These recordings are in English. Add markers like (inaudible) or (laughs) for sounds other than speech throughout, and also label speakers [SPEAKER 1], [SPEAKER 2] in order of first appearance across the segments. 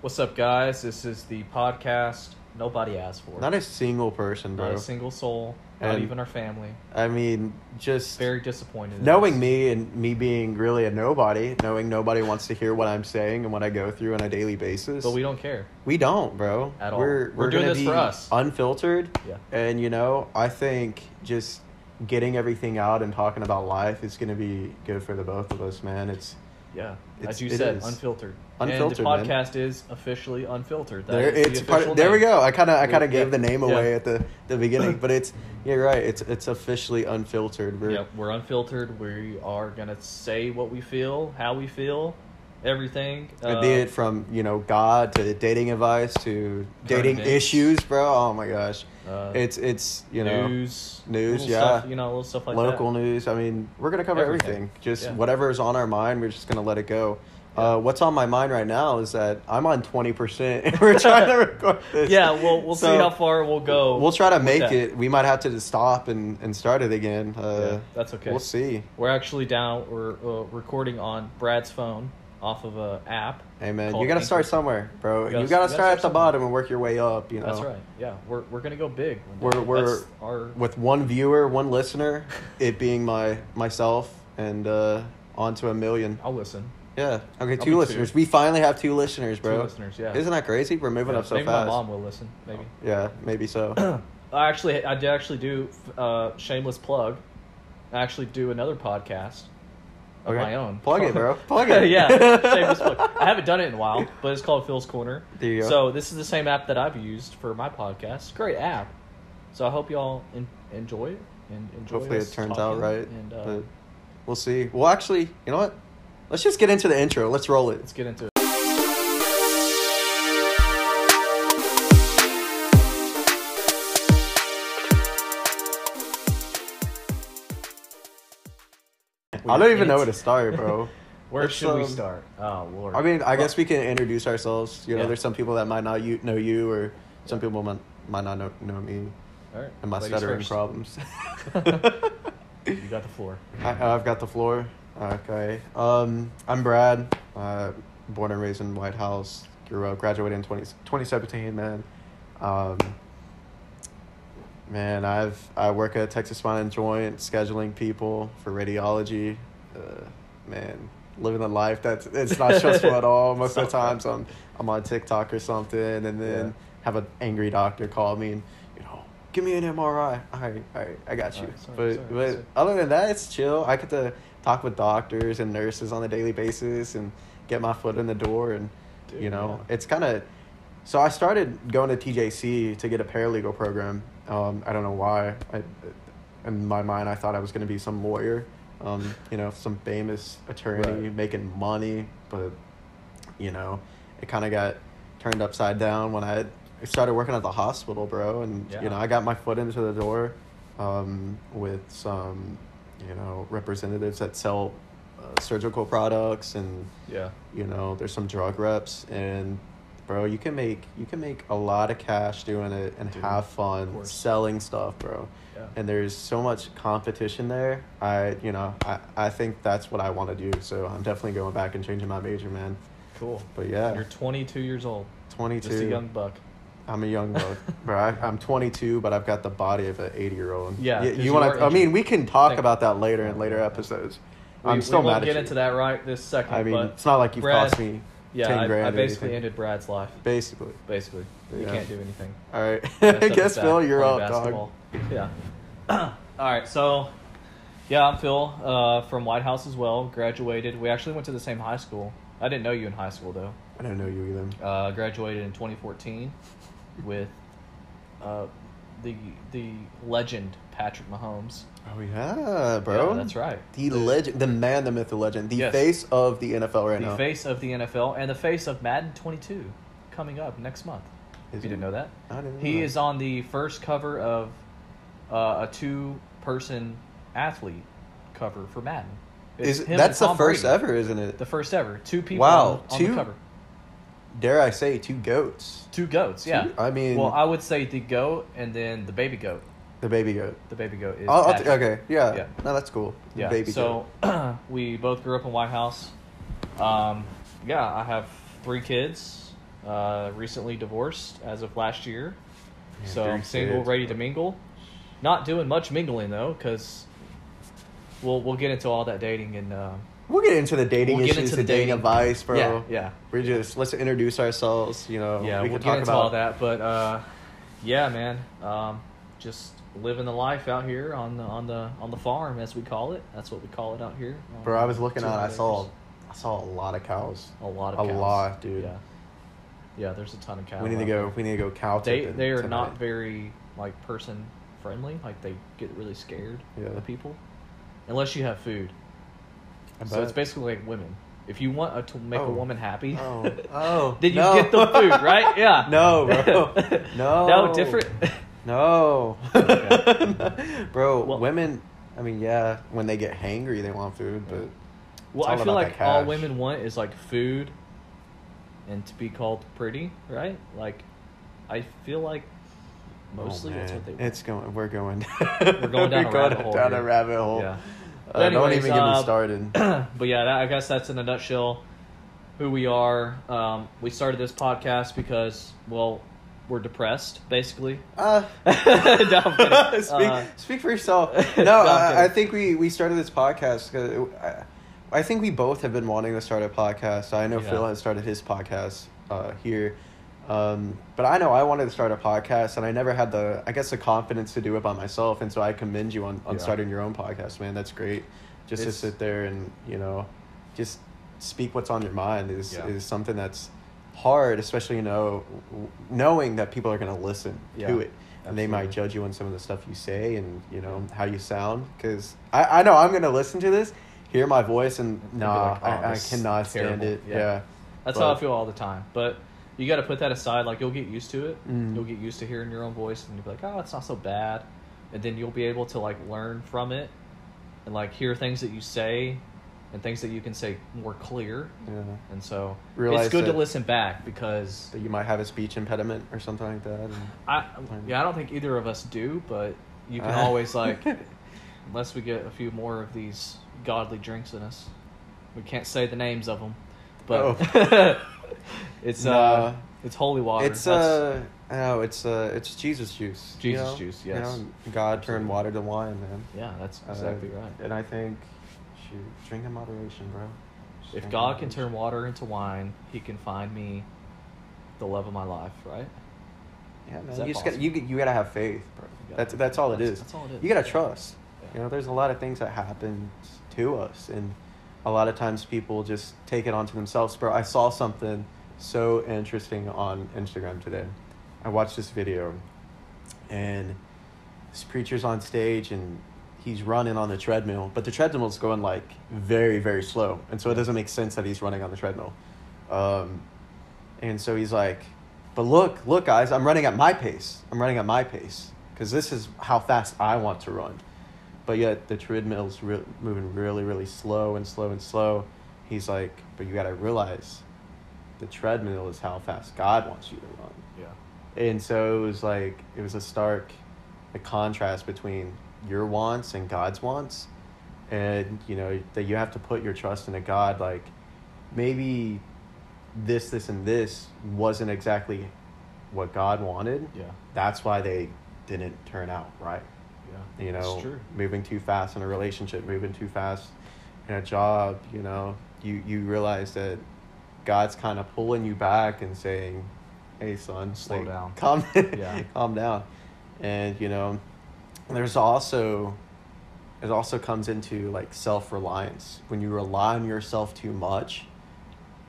[SPEAKER 1] What's up, guys? This is the podcast nobody asked for.
[SPEAKER 2] Not a single person,
[SPEAKER 1] Not
[SPEAKER 2] bro.
[SPEAKER 1] a single soul, not
[SPEAKER 2] And-
[SPEAKER 1] even our family.
[SPEAKER 2] I mean, just
[SPEAKER 1] Very disappointed. in
[SPEAKER 2] knowing
[SPEAKER 1] us.
[SPEAKER 2] me and me being really a nobody, knowing nobody wants to hear what I'm saying and what I go through on a daily basis.
[SPEAKER 1] but we don't care.
[SPEAKER 2] We don't, bro.
[SPEAKER 1] At all.
[SPEAKER 2] We're
[SPEAKER 1] We're
[SPEAKER 2] we're,
[SPEAKER 1] doing
[SPEAKER 2] gonna
[SPEAKER 1] this
[SPEAKER 2] be
[SPEAKER 1] for us.
[SPEAKER 2] unfiltered.
[SPEAKER 1] Yeah.
[SPEAKER 2] And you know, I think just getting everything out and talking about life is gonna be good for the both of us, man. It's
[SPEAKER 1] Yeah,
[SPEAKER 2] It's-
[SPEAKER 1] as you
[SPEAKER 2] it
[SPEAKER 1] said,
[SPEAKER 2] is.
[SPEAKER 1] unfiltered.
[SPEAKER 2] Unfiltered,
[SPEAKER 1] And the
[SPEAKER 2] man.
[SPEAKER 1] podcast is officially unfiltered. That
[SPEAKER 2] there.
[SPEAKER 1] is the
[SPEAKER 2] It's part,
[SPEAKER 1] official
[SPEAKER 2] there we
[SPEAKER 1] name.
[SPEAKER 2] go. I kind of I kind
[SPEAKER 1] Yeah.
[SPEAKER 2] of gave the name
[SPEAKER 1] Yeah.
[SPEAKER 2] away at the
[SPEAKER 1] (laughs)
[SPEAKER 2] the beginning, but it's you're right. It's it's officially unfiltered. We're
[SPEAKER 1] Yep, we're unfiltered. We are gonna say what we feel, how we feel, everything. Uh,
[SPEAKER 2] be it from you know God to dating advice to dating
[SPEAKER 1] Tournaments.
[SPEAKER 2] issues, bro. Oh my gosh,
[SPEAKER 1] uh,
[SPEAKER 2] it's it's you know
[SPEAKER 1] news,
[SPEAKER 2] news,
[SPEAKER 1] little
[SPEAKER 2] yeah.
[SPEAKER 1] stuff, you know, little stuff like
[SPEAKER 2] local
[SPEAKER 1] that.
[SPEAKER 2] news. I mean, we're gonna cover
[SPEAKER 1] Everything.
[SPEAKER 2] everything. Just
[SPEAKER 1] Yeah.
[SPEAKER 2] whatever is on our mind, we're just gonna let it go.
[SPEAKER 1] Yeah.
[SPEAKER 2] Uh, what's on my mind right now is that I'm on twenty percent, (laughs) and we're
[SPEAKER 1] (laughs)
[SPEAKER 2] trying to record this.
[SPEAKER 1] Yeah, we'll we'll see
[SPEAKER 2] So,
[SPEAKER 1] how far we'll go.
[SPEAKER 2] We'll try to
[SPEAKER 1] with
[SPEAKER 2] make
[SPEAKER 1] that.
[SPEAKER 2] it. We might have to just stop and, and start it again.
[SPEAKER 1] Yeah,
[SPEAKER 2] Uh,
[SPEAKER 1] that's okay.
[SPEAKER 2] We'll see.
[SPEAKER 1] We're actually down. We're uh, recording on Brad's phone off of a app.
[SPEAKER 2] Hey man,
[SPEAKER 1] called
[SPEAKER 2] you gotta
[SPEAKER 1] Anchor.
[SPEAKER 2] start somewhere, bro.
[SPEAKER 1] You
[SPEAKER 2] You
[SPEAKER 1] gotta-
[SPEAKER 2] gotta,
[SPEAKER 1] you gotta
[SPEAKER 2] start,
[SPEAKER 1] start
[SPEAKER 2] at the
[SPEAKER 1] somewhere.
[SPEAKER 2] bottom and work your way up. You know,
[SPEAKER 1] That's right. Yeah, we're we're gonna go big. one day.
[SPEAKER 2] Oh. We're- we're-
[SPEAKER 1] That's our
[SPEAKER 2] with one viewer, one listener, it being my myself, and uh, on to a million.
[SPEAKER 1] I'll listen.
[SPEAKER 2] Yeah.
[SPEAKER 1] be
[SPEAKER 2] Okay, two
[SPEAKER 1] two.
[SPEAKER 2] listeners. We finally have two listeners, bro.
[SPEAKER 1] listeners, yeah.
[SPEAKER 2] Isn't that crazy? We're moving
[SPEAKER 1] Yeah,
[SPEAKER 2] up so
[SPEAKER 1] maybe
[SPEAKER 2] fast.
[SPEAKER 1] my mom will listen. Maybe.
[SPEAKER 2] Yeah,
[SPEAKER 1] (coughs)
[SPEAKER 2] maybe so.
[SPEAKER 1] I actually, I did actually do uh, shameless plug. I actually do another podcast of
[SPEAKER 2] Okay.
[SPEAKER 1] my own.
[SPEAKER 2] Plug it,
[SPEAKER 1] (laughs)
[SPEAKER 2] bro. Plug it. (laughs)
[SPEAKER 1] yeah, shameless plug. I haven't done it in a while, but it's called Phil's Corner.
[SPEAKER 2] There you go.
[SPEAKER 1] So this is the same app that I've used for my podcast. It's a great app. So I hope y'all en- enjoy it and enjoy.
[SPEAKER 2] Hopefully
[SPEAKER 1] us
[SPEAKER 2] it turns out
[SPEAKER 1] talking
[SPEAKER 2] right.
[SPEAKER 1] And uh,
[SPEAKER 2] but we'll see. Well, actually, you know what? Let's just get into the intro. Let's roll it.
[SPEAKER 1] let's get into it.
[SPEAKER 2] I don't even know where
[SPEAKER 1] it
[SPEAKER 2] to
[SPEAKER 1] is.
[SPEAKER 2] start, bro.
[SPEAKER 1] (laughs) Where
[SPEAKER 2] Let's,
[SPEAKER 1] should we
[SPEAKER 2] um,
[SPEAKER 1] start? Oh Lord.
[SPEAKER 2] I mean, I
[SPEAKER 1] Well,
[SPEAKER 2] guess we can introduce ourselves. You know,
[SPEAKER 1] Yeah.
[SPEAKER 2] there's some people that might not you, know you, or some people might, might not know, know me
[SPEAKER 1] all right,
[SPEAKER 2] and my
[SPEAKER 1] ladies
[SPEAKER 2] stuttering
[SPEAKER 1] first.
[SPEAKER 2] problems.
[SPEAKER 1] (laughs)
[SPEAKER 2] (laughs)
[SPEAKER 1] You got the floor.
[SPEAKER 2] I, uh, I've got the floor. Okay. Um, I'm Brad. Uh, born and raised in White House. Grew up, graduated in 20, 2017, man. Um, man, I've I work at Texas Spine and Joint, scheduling people for radiology. Uh, man, living the life that's it's not stressful at all. Most of the
[SPEAKER 1] Stop.
[SPEAKER 2] times, I'm I'm on TikTok or something, and then
[SPEAKER 1] Yeah.
[SPEAKER 2] have an angry doctor call me and you know give me an MRI. All right, all right, I got
[SPEAKER 1] All
[SPEAKER 2] you.
[SPEAKER 1] right, sorry,
[SPEAKER 2] but
[SPEAKER 1] sorry,
[SPEAKER 2] but
[SPEAKER 1] sorry.
[SPEAKER 2] other than that, it's chill. I get to talk with doctors and nurses on a daily basis and get my foot in the door. And,
[SPEAKER 1] Dude,
[SPEAKER 2] you know,
[SPEAKER 1] yeah.
[SPEAKER 2] it's kind of. So I started going to TJC to get a paralegal program. Um, I don't know why. I, in my mind, I thought I was going to be some lawyer, um, you know, some famous attorney
[SPEAKER 1] Right.
[SPEAKER 2] making money. But, you know, it kind of got turned upside down when I started working at the hospital, bro. And,
[SPEAKER 1] Yeah.
[SPEAKER 2] you know, I got my foot into the door um, with some, you know, representatives that sell uh, surgical products and,
[SPEAKER 1] Yeah.
[SPEAKER 2] you know, there's some drug reps and bro, you can make you can make a lot of cash doing it and
[SPEAKER 1] Dude,
[SPEAKER 2] have
[SPEAKER 1] of
[SPEAKER 2] fun
[SPEAKER 1] course.
[SPEAKER 2] selling stuff, bro.
[SPEAKER 1] Yeah.
[SPEAKER 2] And there's so much competition there. I, you know, I, I think that's what I want to do. So I'm definitely going back and changing my major, man.
[SPEAKER 1] Cool.
[SPEAKER 2] But yeah,
[SPEAKER 1] You're 22 years old. Just a
[SPEAKER 2] 22.
[SPEAKER 1] young buck.
[SPEAKER 2] I'm a
[SPEAKER 1] (laughs)
[SPEAKER 2] young buck, bro. I, I'm 22, but I've got the body of an 80 year old.
[SPEAKER 1] Yeah, 'cause
[SPEAKER 2] You,
[SPEAKER 1] you
[SPEAKER 2] want
[SPEAKER 1] are
[SPEAKER 2] to? I mean,
[SPEAKER 1] injured.
[SPEAKER 2] we can talk
[SPEAKER 1] Think-
[SPEAKER 2] about that later in later episodes.
[SPEAKER 1] We,
[SPEAKER 2] I'm still
[SPEAKER 1] we
[SPEAKER 2] mad
[SPEAKER 1] won't
[SPEAKER 2] at
[SPEAKER 1] get
[SPEAKER 2] you.
[SPEAKER 1] into that right this second.
[SPEAKER 2] I mean,
[SPEAKER 1] but
[SPEAKER 2] it's not like you've
[SPEAKER 1] Brad-
[SPEAKER 2] cost me
[SPEAKER 1] yeah,
[SPEAKER 2] 10
[SPEAKER 1] I,
[SPEAKER 2] grand
[SPEAKER 1] I
[SPEAKER 2] or
[SPEAKER 1] basically
[SPEAKER 2] anything.
[SPEAKER 1] ended Brad's life.
[SPEAKER 2] basically.
[SPEAKER 1] Basically, you
[SPEAKER 2] Yeah.
[SPEAKER 1] can't do
[SPEAKER 2] (laughs)
[SPEAKER 1] anything.
[SPEAKER 2] All right.
[SPEAKER 1] Yeah,
[SPEAKER 2] I
[SPEAKER 1] stuff
[SPEAKER 2] guess
[SPEAKER 1] like that,
[SPEAKER 2] Phil, you're
[SPEAKER 1] playing
[SPEAKER 2] up, dog.
[SPEAKER 1] basketball. Yeah. (clears throat) All right, so yeah, I'm Phil uh, from White House as well. Graduated. We actually went to the same high school. I didn't know you in high school though.
[SPEAKER 2] I don't know you either.
[SPEAKER 1] Uh, graduated in 2014 with uh, the the legend Patrick Mahomes.
[SPEAKER 2] Oh yeah, bro.
[SPEAKER 1] Yeah, that's right.
[SPEAKER 2] The legend, the man, the myth, the legend, the
[SPEAKER 1] Yes.
[SPEAKER 2] face of the NFL right
[SPEAKER 1] the
[SPEAKER 2] now.
[SPEAKER 1] face of the NFL and the face of Madden 22 coming up next month.
[SPEAKER 2] Is
[SPEAKER 1] if
[SPEAKER 2] Hmm.
[SPEAKER 1] you
[SPEAKER 2] he?
[SPEAKER 1] didn't know that,
[SPEAKER 2] I didn't
[SPEAKER 1] he
[SPEAKER 2] know that.
[SPEAKER 1] is uh, on the first cover of uh, a two-person athlete cover for Madden. It's
[SPEAKER 2] Is
[SPEAKER 1] him and
[SPEAKER 2] that's the
[SPEAKER 1] Tom
[SPEAKER 2] first
[SPEAKER 1] Brady.
[SPEAKER 2] ever, isn't it?
[SPEAKER 1] The first ever. Two people
[SPEAKER 2] Wow,
[SPEAKER 1] on, on the
[SPEAKER 2] two-
[SPEAKER 1] cover.
[SPEAKER 2] Dare I say, two goats.
[SPEAKER 1] Two goats. Yeah.
[SPEAKER 2] Two- I mean-
[SPEAKER 1] well, I would say the goat and then the baby goat.
[SPEAKER 2] The baby goat.
[SPEAKER 1] The baby goat is.
[SPEAKER 2] I'll, I'll t-
[SPEAKER 1] Patrick.
[SPEAKER 2] okay, yeah.
[SPEAKER 1] Yeah.
[SPEAKER 2] No, that's cool. The
[SPEAKER 1] Yeah.
[SPEAKER 2] Baby
[SPEAKER 1] so (clears throat) we both grew up in White House. Um, yeah, I have three kids. Uh, recently divorced as of last year.
[SPEAKER 2] Yeah,
[SPEAKER 1] so
[SPEAKER 2] three
[SPEAKER 1] I'm single,
[SPEAKER 2] kids,
[SPEAKER 1] ready
[SPEAKER 2] bro.
[SPEAKER 1] to mingle. Not doing much mingling though, because we'll we'll get into all that dating and uh,
[SPEAKER 2] goat. We'll get into the dating
[SPEAKER 1] We'll get
[SPEAKER 2] issues,
[SPEAKER 1] into
[SPEAKER 2] the
[SPEAKER 1] the
[SPEAKER 2] dating
[SPEAKER 1] dating.
[SPEAKER 2] advice, bro.
[SPEAKER 1] yeah, yeah,
[SPEAKER 2] We just let's introduce ourselves. You know,
[SPEAKER 1] yeah.
[SPEAKER 2] we
[SPEAKER 1] We will
[SPEAKER 2] can
[SPEAKER 1] get
[SPEAKER 2] talk
[SPEAKER 1] into
[SPEAKER 2] about
[SPEAKER 1] all that, but uh, yeah, man, um, just living the life out here on the on the on the farm as we call it. That's what we call it out here.
[SPEAKER 2] Bro, I was looking out.
[SPEAKER 1] 200
[SPEAKER 2] I saw,
[SPEAKER 1] acres.
[SPEAKER 2] I saw a lot of cows.
[SPEAKER 1] A lot of
[SPEAKER 2] A
[SPEAKER 1] cows.
[SPEAKER 2] lot, dude.
[SPEAKER 1] Yeah, yeah. There's a ton of cows.
[SPEAKER 2] we need to
[SPEAKER 1] out
[SPEAKER 2] go. We need to go cow
[SPEAKER 1] there. They
[SPEAKER 2] tipping
[SPEAKER 1] they are not
[SPEAKER 2] tonight.
[SPEAKER 1] very like person friendly. Like they get really scared
[SPEAKER 2] Yeah.
[SPEAKER 1] of people, unless you have food.
[SPEAKER 2] I
[SPEAKER 1] So it's
[SPEAKER 2] bet.
[SPEAKER 1] basically like women. If you want a, to make
[SPEAKER 2] Oh.
[SPEAKER 1] a woman happy, (laughs)
[SPEAKER 2] Oh, oh,
[SPEAKER 1] then you
[SPEAKER 2] no.
[SPEAKER 1] get the food,
[SPEAKER 2] (laughs)
[SPEAKER 1] right? Yeah.
[SPEAKER 2] No,
[SPEAKER 1] (laughs)
[SPEAKER 2] bro. No.
[SPEAKER 1] no, different.
[SPEAKER 2] (laughs) No,
[SPEAKER 1] Okay.
[SPEAKER 2] (laughs) bro.
[SPEAKER 1] Well-
[SPEAKER 2] women. I mean, yeah. When they get hangry, they want food, but
[SPEAKER 1] (laughs)
[SPEAKER 2] oh,
[SPEAKER 1] well,
[SPEAKER 2] all
[SPEAKER 1] I feel
[SPEAKER 2] about
[SPEAKER 1] like
[SPEAKER 2] that
[SPEAKER 1] all
[SPEAKER 2] cash.
[SPEAKER 1] women want is like food, and to be called pretty, right? Like, I feel like mostly
[SPEAKER 2] oh,
[SPEAKER 1] that's
[SPEAKER 2] man.
[SPEAKER 1] what they want.
[SPEAKER 2] It's going. We're going. (laughs)
[SPEAKER 1] We're going down a rabbit hole
[SPEAKER 2] down a
[SPEAKER 1] here.
[SPEAKER 2] rabbit hole.
[SPEAKER 1] Yeah.
[SPEAKER 2] Uh,
[SPEAKER 1] But
[SPEAKER 2] don't
[SPEAKER 1] anyways,
[SPEAKER 2] even get me
[SPEAKER 1] uh, (clears throat)
[SPEAKER 2] started.
[SPEAKER 1] but yeah, that, I guess that's in a nutshell who we are. Um, we started this podcast because, well, we're depressed, basically.
[SPEAKER 2] Uh,
[SPEAKER 1] (laughs) No, I'm kidding.
[SPEAKER 2] (laughs) speak,
[SPEAKER 1] Uh,
[SPEAKER 2] speak for yourself. No,
[SPEAKER 1] No, I'm
[SPEAKER 2] I, I
[SPEAKER 1] kidding.
[SPEAKER 2] think we, we started this podcast because I, I think we both have been wanting to start a podcast. I know
[SPEAKER 1] Yeah.
[SPEAKER 2] Phil has started his podcast uh, here, um, but I know I wanted to start a podcast, and I never had the I guess the confidence to do it by myself. And so I commend you on, on
[SPEAKER 1] Yeah.
[SPEAKER 2] starting your own podcast, man. That's great. Just
[SPEAKER 1] It's-
[SPEAKER 2] to sit there and you know, just speak what's on your mind is
[SPEAKER 1] Yeah.
[SPEAKER 2] is something that's hard, especially you know, w- knowing that people are going to listen to
[SPEAKER 1] Yeah.
[SPEAKER 2] it and they might
[SPEAKER 1] Absolutely.
[SPEAKER 2] judge you on some of the stuff you say and you know how you sound because I, I know i'm gonna listen to this hear my voice and
[SPEAKER 1] And be
[SPEAKER 2] nah
[SPEAKER 1] like, "Oh,
[SPEAKER 2] I, I
[SPEAKER 1] this is
[SPEAKER 2] cannot stand
[SPEAKER 1] terrible."
[SPEAKER 2] it yeah,
[SPEAKER 1] Yeah. That's how
[SPEAKER 2] But-
[SPEAKER 1] I feel all the time. But you got to put that aside. Like you'll get used to it.
[SPEAKER 2] Mm.
[SPEAKER 1] You'll get used to hearing your own voice, and you'll be like, "Oh, it's not so bad." And then you'll be able to like learn from it, and like hear things that you say, and things that you can say more clear.
[SPEAKER 2] yeah.
[SPEAKER 1] And so
[SPEAKER 2] Realize
[SPEAKER 1] it's good to
[SPEAKER 2] that-
[SPEAKER 1] listen back because
[SPEAKER 2] that you might have a speech impediment or something like that and
[SPEAKER 1] I yeah I don't think either of us do, but you
[SPEAKER 2] Uh,
[SPEAKER 1] can always like
[SPEAKER 2] (laughs)
[SPEAKER 1] unless we get a few more of these godly drinks in us, we can't say the names of them, but (laughs) it's uh
[SPEAKER 2] Oh. Nah.
[SPEAKER 1] it's holy water.
[SPEAKER 2] it's
[SPEAKER 1] That's-
[SPEAKER 2] uh oh it's uh it's jesus juice you
[SPEAKER 1] Jesus
[SPEAKER 2] know?
[SPEAKER 1] juice,
[SPEAKER 2] You
[SPEAKER 1] yes.
[SPEAKER 2] know, god turned
[SPEAKER 1] Absolutely.
[SPEAKER 2] water to wine man
[SPEAKER 1] yeah, that's
[SPEAKER 2] Uh,
[SPEAKER 1] exactly right.
[SPEAKER 2] and i think shoot drink in moderation bro Just drink
[SPEAKER 1] If
[SPEAKER 2] in
[SPEAKER 1] God can turn
[SPEAKER 2] moderation.
[SPEAKER 1] water into wine, He can find me the love of my life, right?
[SPEAKER 2] Yeah, man.
[SPEAKER 1] Is
[SPEAKER 2] You
[SPEAKER 1] that
[SPEAKER 2] just got
[SPEAKER 1] possible?
[SPEAKER 2] you you gotta have faith, bro.
[SPEAKER 1] gotta
[SPEAKER 2] That's
[SPEAKER 1] have
[SPEAKER 2] that's all it
[SPEAKER 1] faith.
[SPEAKER 2] is.
[SPEAKER 1] That's all it is.
[SPEAKER 2] You gotta trust.
[SPEAKER 1] Yeah.
[SPEAKER 2] You know, there's a lot of things that happen to us, and a lot of times people just take it onto themselves. Bro, I saw something so interesting on Instagram today. I watched this video, and this preacher's on stage and he's running on the treadmill, but the treadmill's going like very very slow, and so it doesn't make sense that he's running on the treadmill. Um, and so he's like, but look, look, guys, I'm running at my pace. I'm running at my pace because this is how fast I want to run. But yet the treadmill's re- moving really, really slow and slow and slow. He's like, but you got to realize the treadmill is how fast God wants you to run.
[SPEAKER 1] Yeah,
[SPEAKER 2] And so it was like, it was a stark a contrast between your wants and God's wants. And, you know, that you have to put your trust in a God like, maybe this, this, and this wasn't exactly what God wanted.
[SPEAKER 1] yeah,
[SPEAKER 2] That's why they didn't turn out right.
[SPEAKER 1] yeah.
[SPEAKER 2] You know,
[SPEAKER 1] it's true.
[SPEAKER 2] moving too fast in a relationship, moving too fast in a job. You know, you you realize that God's kind of pulling you back and saying, "Hey, son,
[SPEAKER 1] Slow
[SPEAKER 2] like,
[SPEAKER 1] down."
[SPEAKER 2] calm, (laughs)
[SPEAKER 1] Yeah.
[SPEAKER 2] calm down." And you know, there's also it also comes into like self reliance when you rely on yourself too much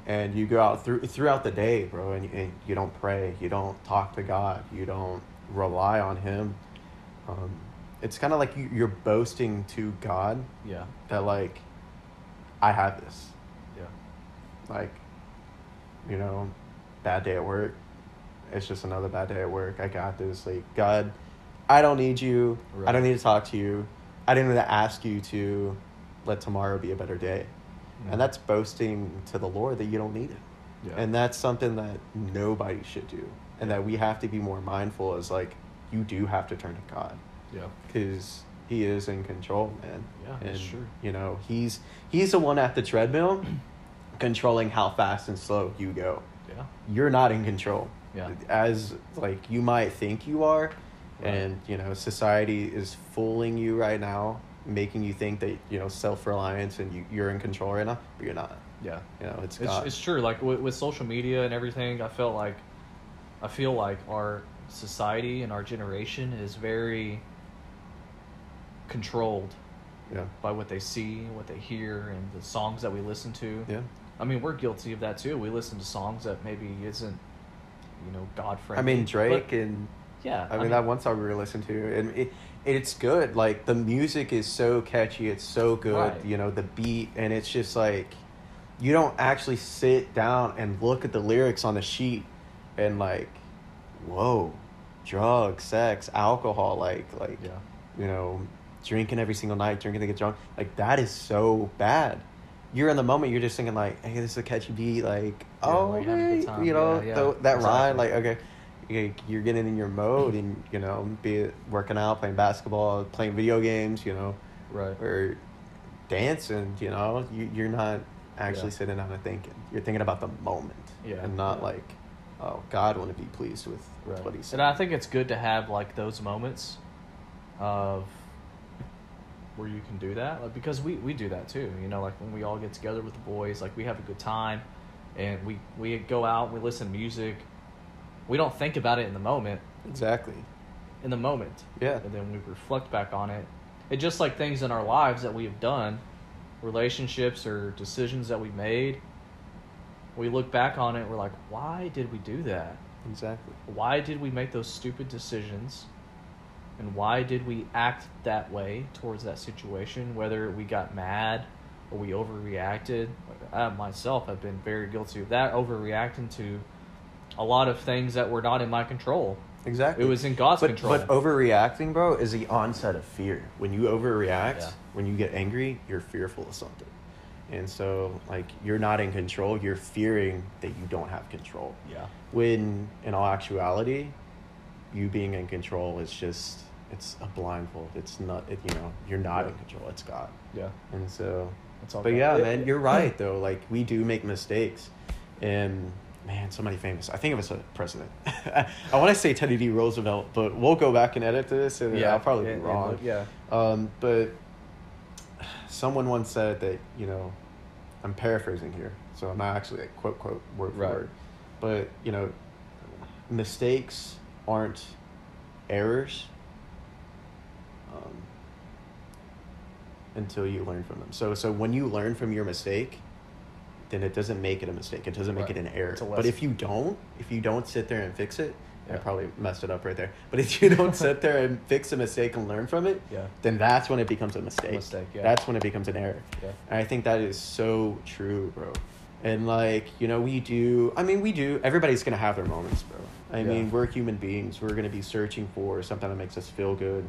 [SPEAKER 2] and you go out through throughout the day bro and, and you don't pray you don't talk to god you don't rely on him um, it's kind of like you, you're boasting to god
[SPEAKER 1] Yeah,
[SPEAKER 2] that like i have this
[SPEAKER 1] yeah,
[SPEAKER 2] like you know bad day at work it's just another bad day at work i got this like god i don't need you i
[SPEAKER 1] Right.
[SPEAKER 2] don't need to talk to you i didn't even ask you to let tomorrow be a better day
[SPEAKER 1] Mhm.
[SPEAKER 2] and that's boasting to the lord that you don't need it
[SPEAKER 1] yeah.
[SPEAKER 2] and that's something that nobody should do and that we have to be more mindful is like you do have to turn to god
[SPEAKER 1] Yeah.
[SPEAKER 2] because he is in control, man.
[SPEAKER 1] Yeah,
[SPEAKER 2] and,
[SPEAKER 1] that's true.
[SPEAKER 2] You know, he's he's the one at the treadmill, controlling how fast and slow you go.
[SPEAKER 1] Yeah.
[SPEAKER 2] You're not in control.
[SPEAKER 1] Yeah.
[SPEAKER 2] As like you might think you are, and you know society is fooling you right now, making you think that you know self reliance and you, you're in control right now, but you're not.
[SPEAKER 1] Yeah.
[SPEAKER 2] You know, it's
[SPEAKER 1] It's,
[SPEAKER 2] God.
[SPEAKER 1] it's true. Like with, with social media and everything, I felt like, I feel like our society and our generation is very controlled
[SPEAKER 2] yeah.
[SPEAKER 1] by what they see, what they hear, and the songs that we listen to.
[SPEAKER 2] Yeah.
[SPEAKER 1] I mean, we're guilty of that too. We listen to songs that maybe isn't, you know, God
[SPEAKER 2] I
[SPEAKER 1] friendly.
[SPEAKER 2] mean Drake and
[SPEAKER 1] yeah.
[SPEAKER 2] I mean, that one song we were listening to, and it, it's good. Like the music is so catchy, it's so good.
[SPEAKER 1] Right.
[SPEAKER 2] You know the beat, and it's just like you don't actually sit down and look at the lyrics on the sheet, and like, whoa, drugs, sex, alcohol, like like
[SPEAKER 1] Yeah.
[SPEAKER 2] you know, drinking every single night, drinking to get drunk. Like that is so bad. You're in the moment. You're just thinking like, hey, this is a catchy beat. Like,
[SPEAKER 1] Yeah,
[SPEAKER 2] oh,
[SPEAKER 1] we're having a good
[SPEAKER 2] hey,
[SPEAKER 1] time.
[SPEAKER 2] you know,
[SPEAKER 1] Yeah, yeah,
[SPEAKER 2] tho- that rhyme.
[SPEAKER 1] exactly.
[SPEAKER 2] Like, okay, like, you're getting in your mode, and you know, be it working out, playing basketball, playing video games, you know,
[SPEAKER 1] Right.
[SPEAKER 2] or dancing. You know, you, you're not actually
[SPEAKER 1] Yeah.
[SPEAKER 2] sitting down and thinking. You're thinking about the moment,
[SPEAKER 1] Yeah.
[SPEAKER 2] and not
[SPEAKER 1] Yeah.
[SPEAKER 2] like, oh, God, want to be pleased with what he said.
[SPEAKER 1] And I think it's good to have like those moments of where you can do that like, because we, we do that too you know like when we all get together with the boys like we have a good time and we, we go out we listen to music we don't think about it in the moment
[SPEAKER 2] exactly.
[SPEAKER 1] in the moment
[SPEAKER 2] Yeah.
[SPEAKER 1] and then we reflect back on it and just like things in our lives that we have done relationships or decisions that we made we look back on it we're like why did we do that
[SPEAKER 2] Exactly.
[SPEAKER 1] why did we make those stupid decisions and why did we act that way towards that situation whether we got mad or we overreacted i myself have been very guilty of that overreacting to a lot of things that were not in my control
[SPEAKER 2] Exactly.
[SPEAKER 1] it was in god's
[SPEAKER 2] but,
[SPEAKER 1] control
[SPEAKER 2] But overreacting, bro, is the onset of fear. When you overreact,
[SPEAKER 1] Yeah.
[SPEAKER 2] when you get angry, you're fearful of something. And so, like, you're not in control. You're fearing that you don't have control.
[SPEAKER 1] yeah
[SPEAKER 2] When, in all actuality, you being in control is just, it's a blindfold. It's not, it, you know, you're not in control. It's God.
[SPEAKER 1] yeah
[SPEAKER 2] And so,
[SPEAKER 1] That's all
[SPEAKER 2] but
[SPEAKER 1] God.
[SPEAKER 2] yeah,
[SPEAKER 1] It-
[SPEAKER 2] man,
[SPEAKER 1] it-
[SPEAKER 2] you're right, though. Like, we do make mistakes. And, man, somebody famous. I think it was a president. (laughs) I want to say Teddy D. Roosevelt, but we'll go back and edit this, and I'll probably
[SPEAKER 1] it-
[SPEAKER 2] be
[SPEAKER 1] it
[SPEAKER 2] wrong.
[SPEAKER 1] look- yeah
[SPEAKER 2] Um, but someone once said that, you know, I'm paraphrasing here, so I'm not actually like, quote, quote, word for
[SPEAKER 1] Right.
[SPEAKER 2] word. But, you know, mistakes aren't errors. Um, until you learn from them. So so when you learn from your mistake, then it doesn't make it a mistake. It doesn't make
[SPEAKER 1] Right.
[SPEAKER 2] it an error.
[SPEAKER 1] It's a
[SPEAKER 2] But
[SPEAKER 1] lesson.
[SPEAKER 2] if you don't, if you don't sit there and fix it, I
[SPEAKER 1] Yeah.
[SPEAKER 2] probably messed it up right there. But if you
[SPEAKER 1] (laughs)
[SPEAKER 2] don't sit there and fix a mistake and learn from it,
[SPEAKER 1] yeah
[SPEAKER 2] then that's when it becomes a mistake.
[SPEAKER 1] Mistake, yeah.
[SPEAKER 2] That's when it becomes an error.
[SPEAKER 1] yeah
[SPEAKER 2] And I think that is so true, bro. And like, you know, we do I mean we do everybody's gonna have their moments, bro. I
[SPEAKER 1] Yeah.
[SPEAKER 2] mean, we're human beings. We're gonna be searching for something that makes us feel good.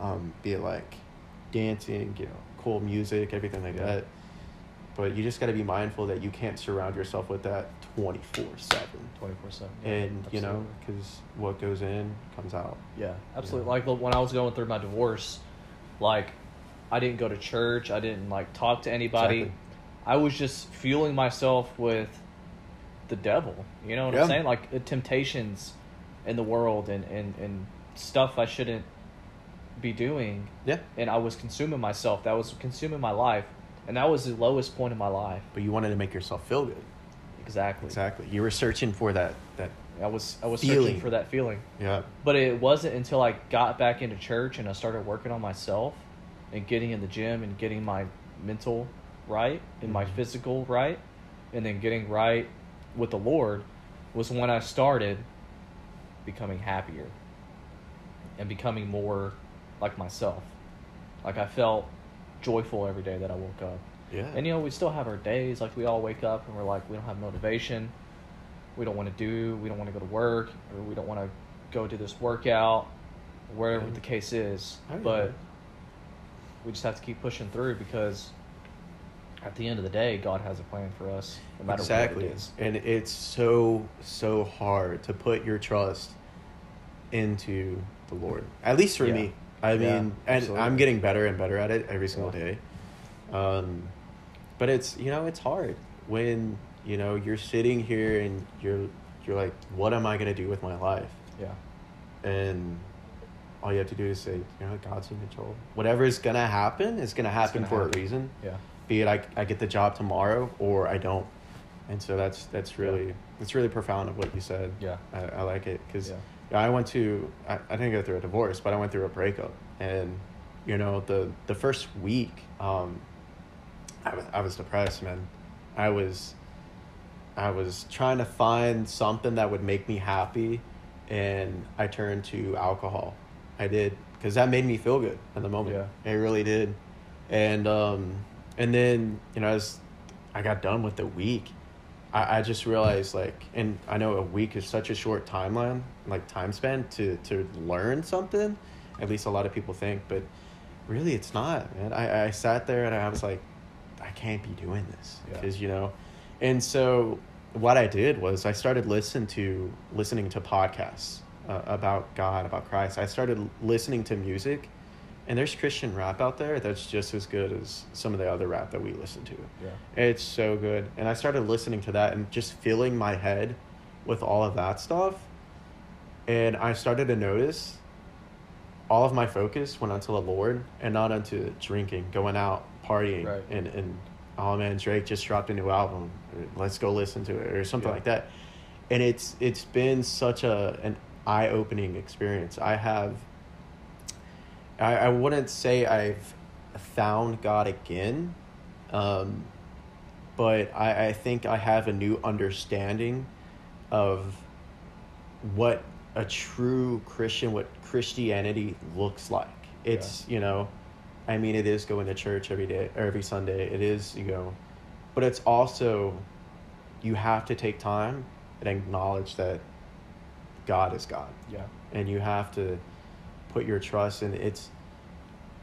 [SPEAKER 2] Um, be it like dancing, you know, cool music, everything like
[SPEAKER 1] Yeah.
[SPEAKER 2] that. But you just gotta be mindful that you can't surround yourself with that twenty four seven.
[SPEAKER 1] 24 7
[SPEAKER 2] And you know, because what goes in comes out.
[SPEAKER 1] Yeah, absolutely.
[SPEAKER 2] Yeah.
[SPEAKER 1] Like look, when I was going through my divorce, like I didn't go to church. I didn't like talk to anybody.
[SPEAKER 2] Exactly.
[SPEAKER 1] I was just fueling myself with the devil. You know what
[SPEAKER 2] Yeah.
[SPEAKER 1] I'm saying? Like the temptations in the world and, and, and stuff I shouldn't be doing.
[SPEAKER 2] Yeah.
[SPEAKER 1] And I was consuming myself. That was consuming my life. And that was the lowest point in my life.
[SPEAKER 2] But you wanted to make yourself feel good.
[SPEAKER 1] Exactly.
[SPEAKER 2] Exactly. You were searching for that that
[SPEAKER 1] I was I was
[SPEAKER 2] Feeling.
[SPEAKER 1] searching for that feeling.
[SPEAKER 2] yeah.
[SPEAKER 1] But it wasn't until I got back into church and I started working on myself and getting in the gym and getting my mental right and my
[SPEAKER 2] Mhm.
[SPEAKER 1] physical right and then getting right with the Lord was when I started becoming happier and becoming more like myself. Like I felt joyful every day that I woke up.
[SPEAKER 2] Yeah.
[SPEAKER 1] And you know, we still have our days. Like we all wake up and we're like, we don't have motivation. We don't want to do. We don't want to go to work, or we don't want to go do this workout, whatever
[SPEAKER 2] Yeah.
[SPEAKER 1] the case is.
[SPEAKER 2] Oh, yeah.
[SPEAKER 1] But we just have to keep pushing through because at the end of the day, God has a plan for us, no matter
[SPEAKER 2] exactly.
[SPEAKER 1] what it is.
[SPEAKER 2] And it's so so hard to put your trust into the Lord. At least for
[SPEAKER 1] Yeah.
[SPEAKER 2] me, I mean,
[SPEAKER 1] Yeah,
[SPEAKER 2] and
[SPEAKER 1] absolutely.
[SPEAKER 2] I'm getting better and better at it every single
[SPEAKER 1] Yeah.
[SPEAKER 2] day. Um, but it's you know it's hard when you know you're sitting here and you're you're like, what am I gonna do with my life?
[SPEAKER 1] Yeah.
[SPEAKER 2] And all you have to do is say, you know, God's in control. Whatever is gonna happen is gonna happen
[SPEAKER 1] gonna
[SPEAKER 2] for
[SPEAKER 1] happen.
[SPEAKER 2] a reason.
[SPEAKER 1] Yeah.
[SPEAKER 2] Be it I, I get the job tomorrow or I don't. And so that's that's really it's really profound of what you said.
[SPEAKER 1] Yeah.
[SPEAKER 2] I, I like it because
[SPEAKER 1] Yeah.
[SPEAKER 2] yeah, I went to I, I didn't go through a divorce, but I went through a breakup, and you know the the first week, um, I was I was depressed, man. I was I was trying to find something that would make me happy, and I turned to alcohol. I did because that made me feel good in the moment.
[SPEAKER 1] Yeah.
[SPEAKER 2] It really did, and um, and then you know as I got done with the week, I, I just realized like, and I know a week is such a short timeline, like time span to to learn something. At least a lot of people think, but really it's not, man. I, I sat there and I was like, I can't be doing this
[SPEAKER 1] Yeah.
[SPEAKER 2] because you know, and so what I did was I started listen to listening to podcasts uh, about God, about Christ. I started listening to music. And there's Christian rap out there that's just as good as some of the other rap that we listen to.
[SPEAKER 1] Yeah.
[SPEAKER 2] It's so good. And I started listening to that and just filling my head with all of that stuff. And I started to notice all of my focus went onto the Lord and not onto drinking, going out, partying.
[SPEAKER 1] Right.
[SPEAKER 2] And, and oh man, Drake just dropped a new album. Let's go listen to it or something
[SPEAKER 1] Yeah.
[SPEAKER 2] like that. And it's it's been such a an eye opening experience. I have I, I wouldn't say I've found God again, um, but I, I think I have a new understanding of what a true Christian, what Christianity looks like. It's, you know, I mean, it is going to church every day, or every Sunday. It is, you know, but it's also, you have to take time and acknowledge that God is God
[SPEAKER 1] Yeah.
[SPEAKER 2] and you have to put your trust in it's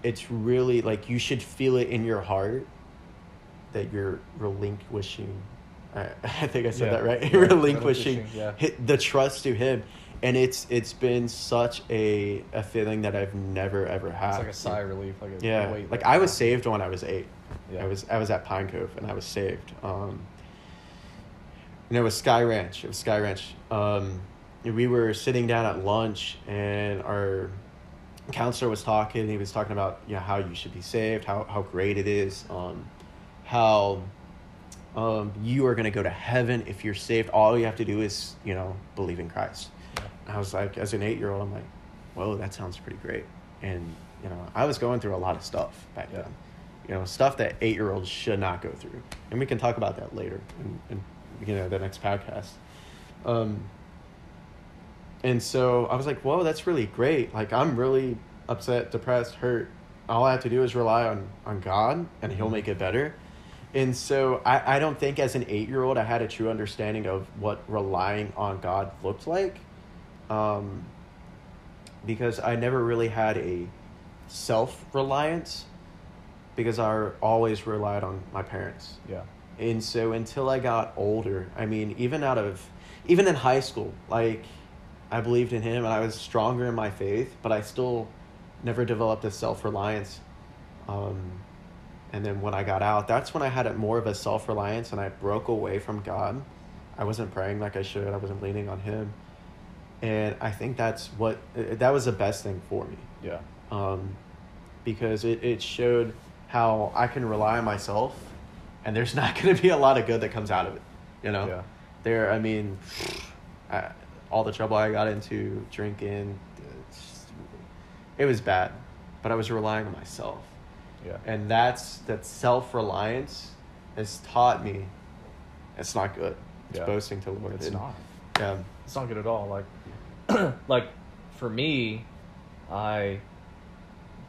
[SPEAKER 2] it's really like you should feel it in your heart that you're relinquishing i, (laughs) I think i said
[SPEAKER 1] Yeah.
[SPEAKER 2] that right (laughs)
[SPEAKER 1] Yeah.
[SPEAKER 2] relinquishing,
[SPEAKER 1] Relinquishing, yeah.
[SPEAKER 2] hit the trust to him and it's it's been such a a feeling that i've never ever had
[SPEAKER 1] It's like a sigh of relief. Like a
[SPEAKER 2] yeah
[SPEAKER 1] Weight
[SPEAKER 2] like
[SPEAKER 1] lifted
[SPEAKER 2] i was
[SPEAKER 1] off.
[SPEAKER 2] saved when i was eight
[SPEAKER 1] Yeah.
[SPEAKER 2] i was i was at pine cove and i was saved um and it was Sky Ranch. It was Sky Ranch. Um, we were sitting down at lunch, and our counselor was talking. He was talking about you know how you should be saved, how how great it is, um, how um, you are going to go to heaven if you're saved. All you have to do is you know believe in Christ. I was like, as an eight year old, I'm like, whoa, that sounds pretty great. And you know, I was going through a lot of stuff back
[SPEAKER 1] Yeah.
[SPEAKER 2] then. You know, stuff that eight year olds should not go through, and we can talk about that later, in, in you know, the next podcast. Um, and so I was like, whoa, that's really great. Like, I'm really upset, depressed, hurt. All I have to do is rely on, on God and He'll make it better. And so I, I don't think as an eight year old I had a true understanding of what relying on God looked like um, because I never really had a self reliance because I always relied on my parents.
[SPEAKER 1] Yeah.
[SPEAKER 2] And so until I got older, I mean, even out of, even in high school, like I believed in him and I was stronger in my faith, but I still never developed a self reliance. Um, and then when I got out, that's when I had it more of a self reliance and I broke away from God. I wasn't praying like I should, I wasn't leaning on him. And I think that's what, that was the best thing for me
[SPEAKER 1] Yeah.
[SPEAKER 2] um, because it, it showed how I can rely on myself, and there's (laughs) not going to be a lot of good that comes out of it. You know,
[SPEAKER 1] Yeah.
[SPEAKER 2] there. I mean, I, all the trouble I got into drinking, it's- it was bad, but I was relying on myself,
[SPEAKER 1] Yeah.
[SPEAKER 2] and that's that self reliance has taught me it's not good. It's
[SPEAKER 1] Yeah.
[SPEAKER 2] boasting to the Lord.
[SPEAKER 1] it's
[SPEAKER 2] And-
[SPEAKER 1] not.
[SPEAKER 2] Yeah.
[SPEAKER 1] It's not good at all. Like, (clears throat) like for me, I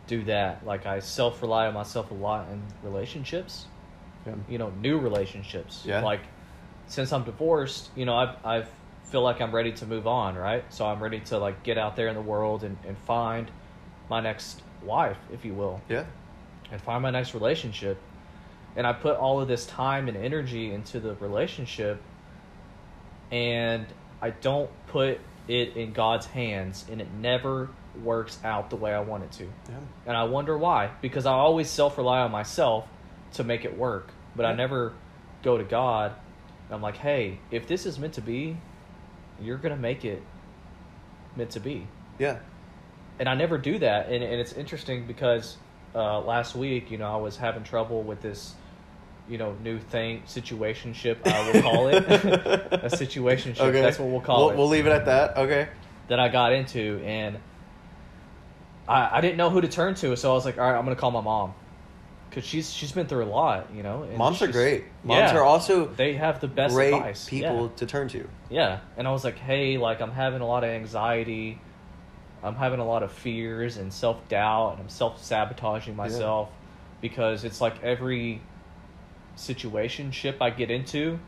[SPEAKER 1] do that. Like I self rely on myself a lot in relationships.
[SPEAKER 2] Yeah.
[SPEAKER 1] you know new relationships
[SPEAKER 2] Yeah.
[SPEAKER 1] like since i'm divorced you know i've i feel like i'm ready to move on right so i'm ready to like get out there in the world and, and find my next wife if you will
[SPEAKER 2] Yeah.
[SPEAKER 1] and find my next relationship and i put all of this time and energy into the relationship and i don't put it in god's hands and it never works out the way I want it to.
[SPEAKER 2] Yeah.
[SPEAKER 1] And I wonder why. Because I always self rely on myself to make it work. But I
[SPEAKER 2] Yeah.
[SPEAKER 1] never go to God. and I'm like, hey, if this is meant to be, you're going to make it meant to be.
[SPEAKER 2] Yeah.
[SPEAKER 1] And I never do that. And, and it's interesting because uh, last week, you know, I was having trouble with this, you know, new thing, situationship, I will call
[SPEAKER 2] (laughs)
[SPEAKER 1] it. a situationship. That's what we'll call
[SPEAKER 2] we'll,
[SPEAKER 1] it.
[SPEAKER 2] We'll leave it at that. Okay.
[SPEAKER 1] that I got into, and I, I didn't know who to turn to, so I was like, all right, I'm gonna call my mom, cause she's she's been through a lot, you know. and
[SPEAKER 2] Moms are
[SPEAKER 1] she's-
[SPEAKER 2] great. Moms
[SPEAKER 1] yeah,
[SPEAKER 2] are also
[SPEAKER 1] They have the best
[SPEAKER 2] great
[SPEAKER 1] advice.
[SPEAKER 2] people to turn to.
[SPEAKER 1] Yeah. yeah, and I was like, hey, like I'm having a lot of anxiety, I'm having a lot of fears and self doubt, and I'm self sabotaging myself because it's like every situation ship I get into,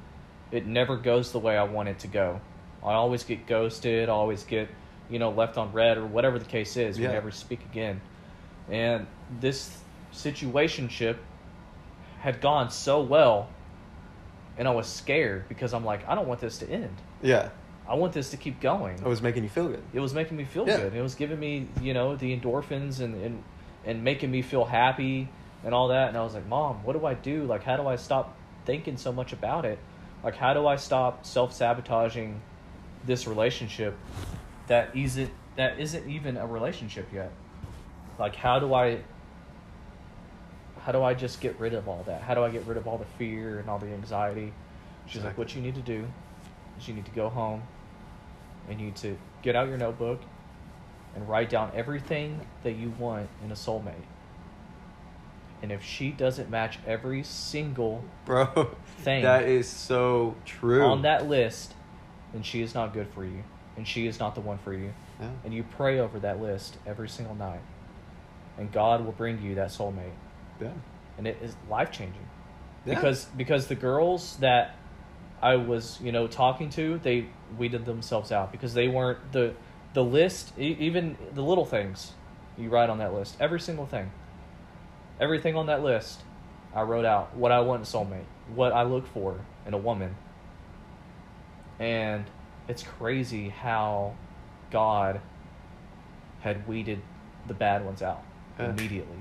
[SPEAKER 1] it never goes the way I want it to go. I always get ghosted, I always get, you know, left on red or whatever the case is.
[SPEAKER 2] Yeah.
[SPEAKER 1] We never speak again. And this situation ship had gone so well and I was scared because I'm like, I don't want this to end.
[SPEAKER 2] Yeah.
[SPEAKER 1] I want this to keep going
[SPEAKER 2] I was making you feel good.
[SPEAKER 1] it was making me feel
[SPEAKER 2] Oh, Yeah.
[SPEAKER 1] good. It was giving me, you know, the endorphins and, and and making me feel happy and all that. And I was like, Mom, what do I do? Like, how do I stop thinking so much about it? Like, how do I stop self sabotaging this relationship that isn't that isn't even a relationship yet? Like, how do I how do I just get rid of all that? How do I get rid of all the fear and all the anxiety? She's like,
[SPEAKER 2] Exactly.
[SPEAKER 1] what you need to do is you need to go home and you need to get out your notebook and write down everything that you want in a soulmate. And if she doesn't match every single
[SPEAKER 2] Bro,
[SPEAKER 1] Thing.
[SPEAKER 2] that is so true.
[SPEAKER 1] on that list, then she is not good for you. And she is not the one for you.
[SPEAKER 2] Yeah.
[SPEAKER 1] And you pray over that list every single night. And God will bring you that soulmate.
[SPEAKER 2] yeah.
[SPEAKER 1] And it is life changing.
[SPEAKER 2] Yeah.
[SPEAKER 1] because because the girls that I was you know talking to they weeded themselves out because they weren't the the list e- even the little things you write on that list every single thing everything on that list I wrote out what I want in a soulmate what I look for in a woman and it's crazy how God had weeded the bad ones out
[SPEAKER 2] Yeah.
[SPEAKER 1] immediately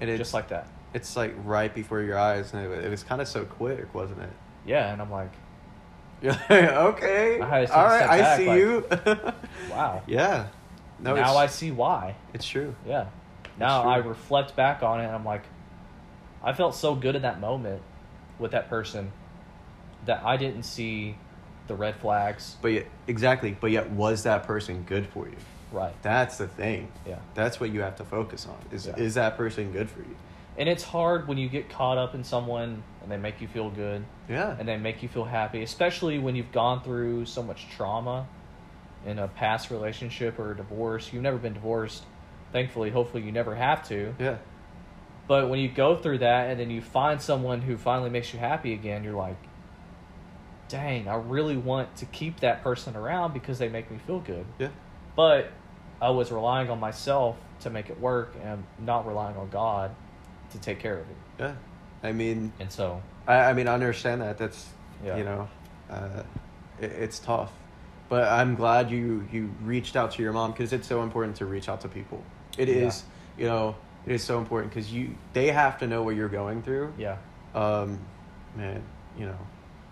[SPEAKER 2] and it's
[SPEAKER 1] just like that
[SPEAKER 2] it's like right before your eyes, and it, wa- it was kind of so quick, wasn't it? (laughs)
[SPEAKER 1] yeah and I'm like
[SPEAKER 2] You're like, okay,
[SPEAKER 1] I had to take a
[SPEAKER 2] all right,
[SPEAKER 1] step
[SPEAKER 2] I
[SPEAKER 1] back,
[SPEAKER 2] see
[SPEAKER 1] like,
[SPEAKER 2] you.
[SPEAKER 1] (laughs) wow
[SPEAKER 2] yeah, no,
[SPEAKER 1] now I
[SPEAKER 2] it's,
[SPEAKER 1] see why.
[SPEAKER 2] it's true.
[SPEAKER 1] Yeah. Now
[SPEAKER 2] true.
[SPEAKER 1] I reflect back on it and I'm like, I felt so good in that moment with that person that I didn't see the red flags.
[SPEAKER 2] But yet, exactly, but yet, was that person good for you?
[SPEAKER 1] Right.
[SPEAKER 2] That's the thing.
[SPEAKER 1] Yeah.
[SPEAKER 2] That's what you have to focus on. Is
[SPEAKER 1] Yeah.
[SPEAKER 2] is that person good for you?
[SPEAKER 1] And it's hard when you get caught up in someone and they make you feel good
[SPEAKER 2] Yeah,
[SPEAKER 1] and they make you feel happy, especially when you've gone through so much trauma in a past relationship or a divorce. You've never been divorced. Thankfully, hopefully, you never have to.
[SPEAKER 2] yeah,
[SPEAKER 1] But when you go through that and then you find someone who finally makes you happy again, you're like, dang, I really want to keep that person around because they make me feel good.
[SPEAKER 2] yeah,
[SPEAKER 1] But I was relying on myself to make it work and I'm not relying on God to take care of it.
[SPEAKER 2] yeah. I mean,
[SPEAKER 1] And so,
[SPEAKER 2] I, I mean, I understand that. That's
[SPEAKER 1] Yeah.
[SPEAKER 2] you know, uh, it, it's tough, but I'm glad you you reached out to your mom because it's so important to reach out to people. It is,
[SPEAKER 1] Yeah.
[SPEAKER 2] you know, it is so important because you they have to know what you're going through.
[SPEAKER 1] yeah,
[SPEAKER 2] Um, man, you know,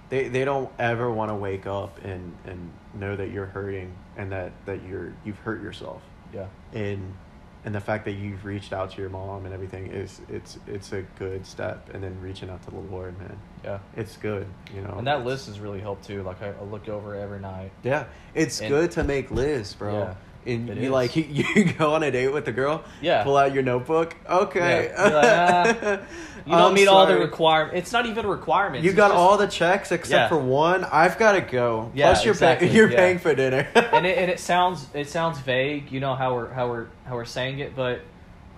[SPEAKER 2] they they don't ever want to wake up and and know that you're hurting and that that you're you've hurt yourself
[SPEAKER 1] yeah,
[SPEAKER 2] and and the fact that you've reached out to your mom and everything is it's it's a good step and then reaching out to the lord man
[SPEAKER 1] yeah.
[SPEAKER 2] it's good you know
[SPEAKER 1] And that list has really helped too. Like, I, I look over every night.
[SPEAKER 2] yeah it's
[SPEAKER 1] And-
[SPEAKER 2] good to make lists bro and
[SPEAKER 1] it
[SPEAKER 2] you
[SPEAKER 1] is.
[SPEAKER 2] like (laughs) you, you go on a date with the girl
[SPEAKER 1] Yeah.
[SPEAKER 2] pull out your notebook okay
[SPEAKER 1] Yeah. Be
[SPEAKER 2] (laughs)
[SPEAKER 1] like, You don't
[SPEAKER 2] I'm
[SPEAKER 1] meet all the
[SPEAKER 2] sorry.
[SPEAKER 1] requirements. It's not even requirements.
[SPEAKER 2] you
[SPEAKER 1] It's
[SPEAKER 2] got
[SPEAKER 1] just-
[SPEAKER 2] all the checks except
[SPEAKER 1] Yeah.
[SPEAKER 2] for one i've got to go
[SPEAKER 1] Yeah,
[SPEAKER 2] plus you're, pay-
[SPEAKER 1] exactly,
[SPEAKER 2] you're
[SPEAKER 1] yeah.
[SPEAKER 2] paying for dinner
[SPEAKER 1] and it, and it sounds it sounds vague, you know how we're how we're how we're saying it, but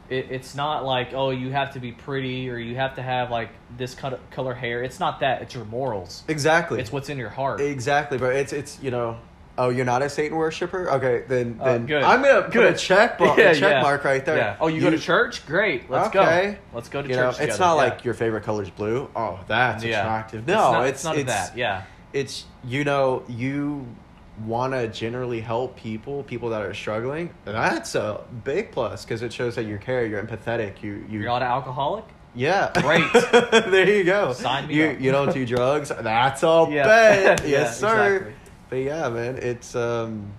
[SPEAKER 1] it, it's not like oh you have to be pretty or you have to have like this cut color hair. It's not that. It's your morals.
[SPEAKER 2] (laughs) exactly
[SPEAKER 1] It's what's in your heart.
[SPEAKER 2] Exactly, but it's it's you know, oh, you're not a Satan worshiper. Okay, then
[SPEAKER 1] Uh,
[SPEAKER 2] then
[SPEAKER 1] good.
[SPEAKER 2] I'm gonna put a
[SPEAKER 1] Good.
[SPEAKER 2] check
[SPEAKER 1] (laughs)
[SPEAKER 2] mark,
[SPEAKER 1] Yeah,
[SPEAKER 2] a check
[SPEAKER 1] yeah.
[SPEAKER 2] mark right there.
[SPEAKER 1] Yeah. Oh, you, go to church? Great. Let's
[SPEAKER 2] Okay.
[SPEAKER 1] go. Let's go to
[SPEAKER 2] You know,
[SPEAKER 1] church.
[SPEAKER 2] it's
[SPEAKER 1] together.
[SPEAKER 2] not
[SPEAKER 1] Yeah.
[SPEAKER 2] like your favorite color's blue. Oh, that's
[SPEAKER 1] Yeah.
[SPEAKER 2] attractive.
[SPEAKER 1] it's
[SPEAKER 2] No,
[SPEAKER 1] not,
[SPEAKER 2] it's
[SPEAKER 1] none
[SPEAKER 2] it's
[SPEAKER 1] of that. Yeah.
[SPEAKER 2] It's you know you want to generally help people, people that are struggling, that's a big plus because it shows that you care, you're empathetic, you you
[SPEAKER 1] You're not an alcoholic?
[SPEAKER 2] yeah,
[SPEAKER 1] Great.
[SPEAKER 2] (laughs) there you go.
[SPEAKER 1] Sign me
[SPEAKER 2] you
[SPEAKER 1] up.
[SPEAKER 2] you don't do drugs. That's all
[SPEAKER 1] Yeah. (laughs)
[SPEAKER 2] bet.
[SPEAKER 1] Yeah,
[SPEAKER 2] yes, sir.
[SPEAKER 1] exactly.
[SPEAKER 2] But yeah, man, it's um,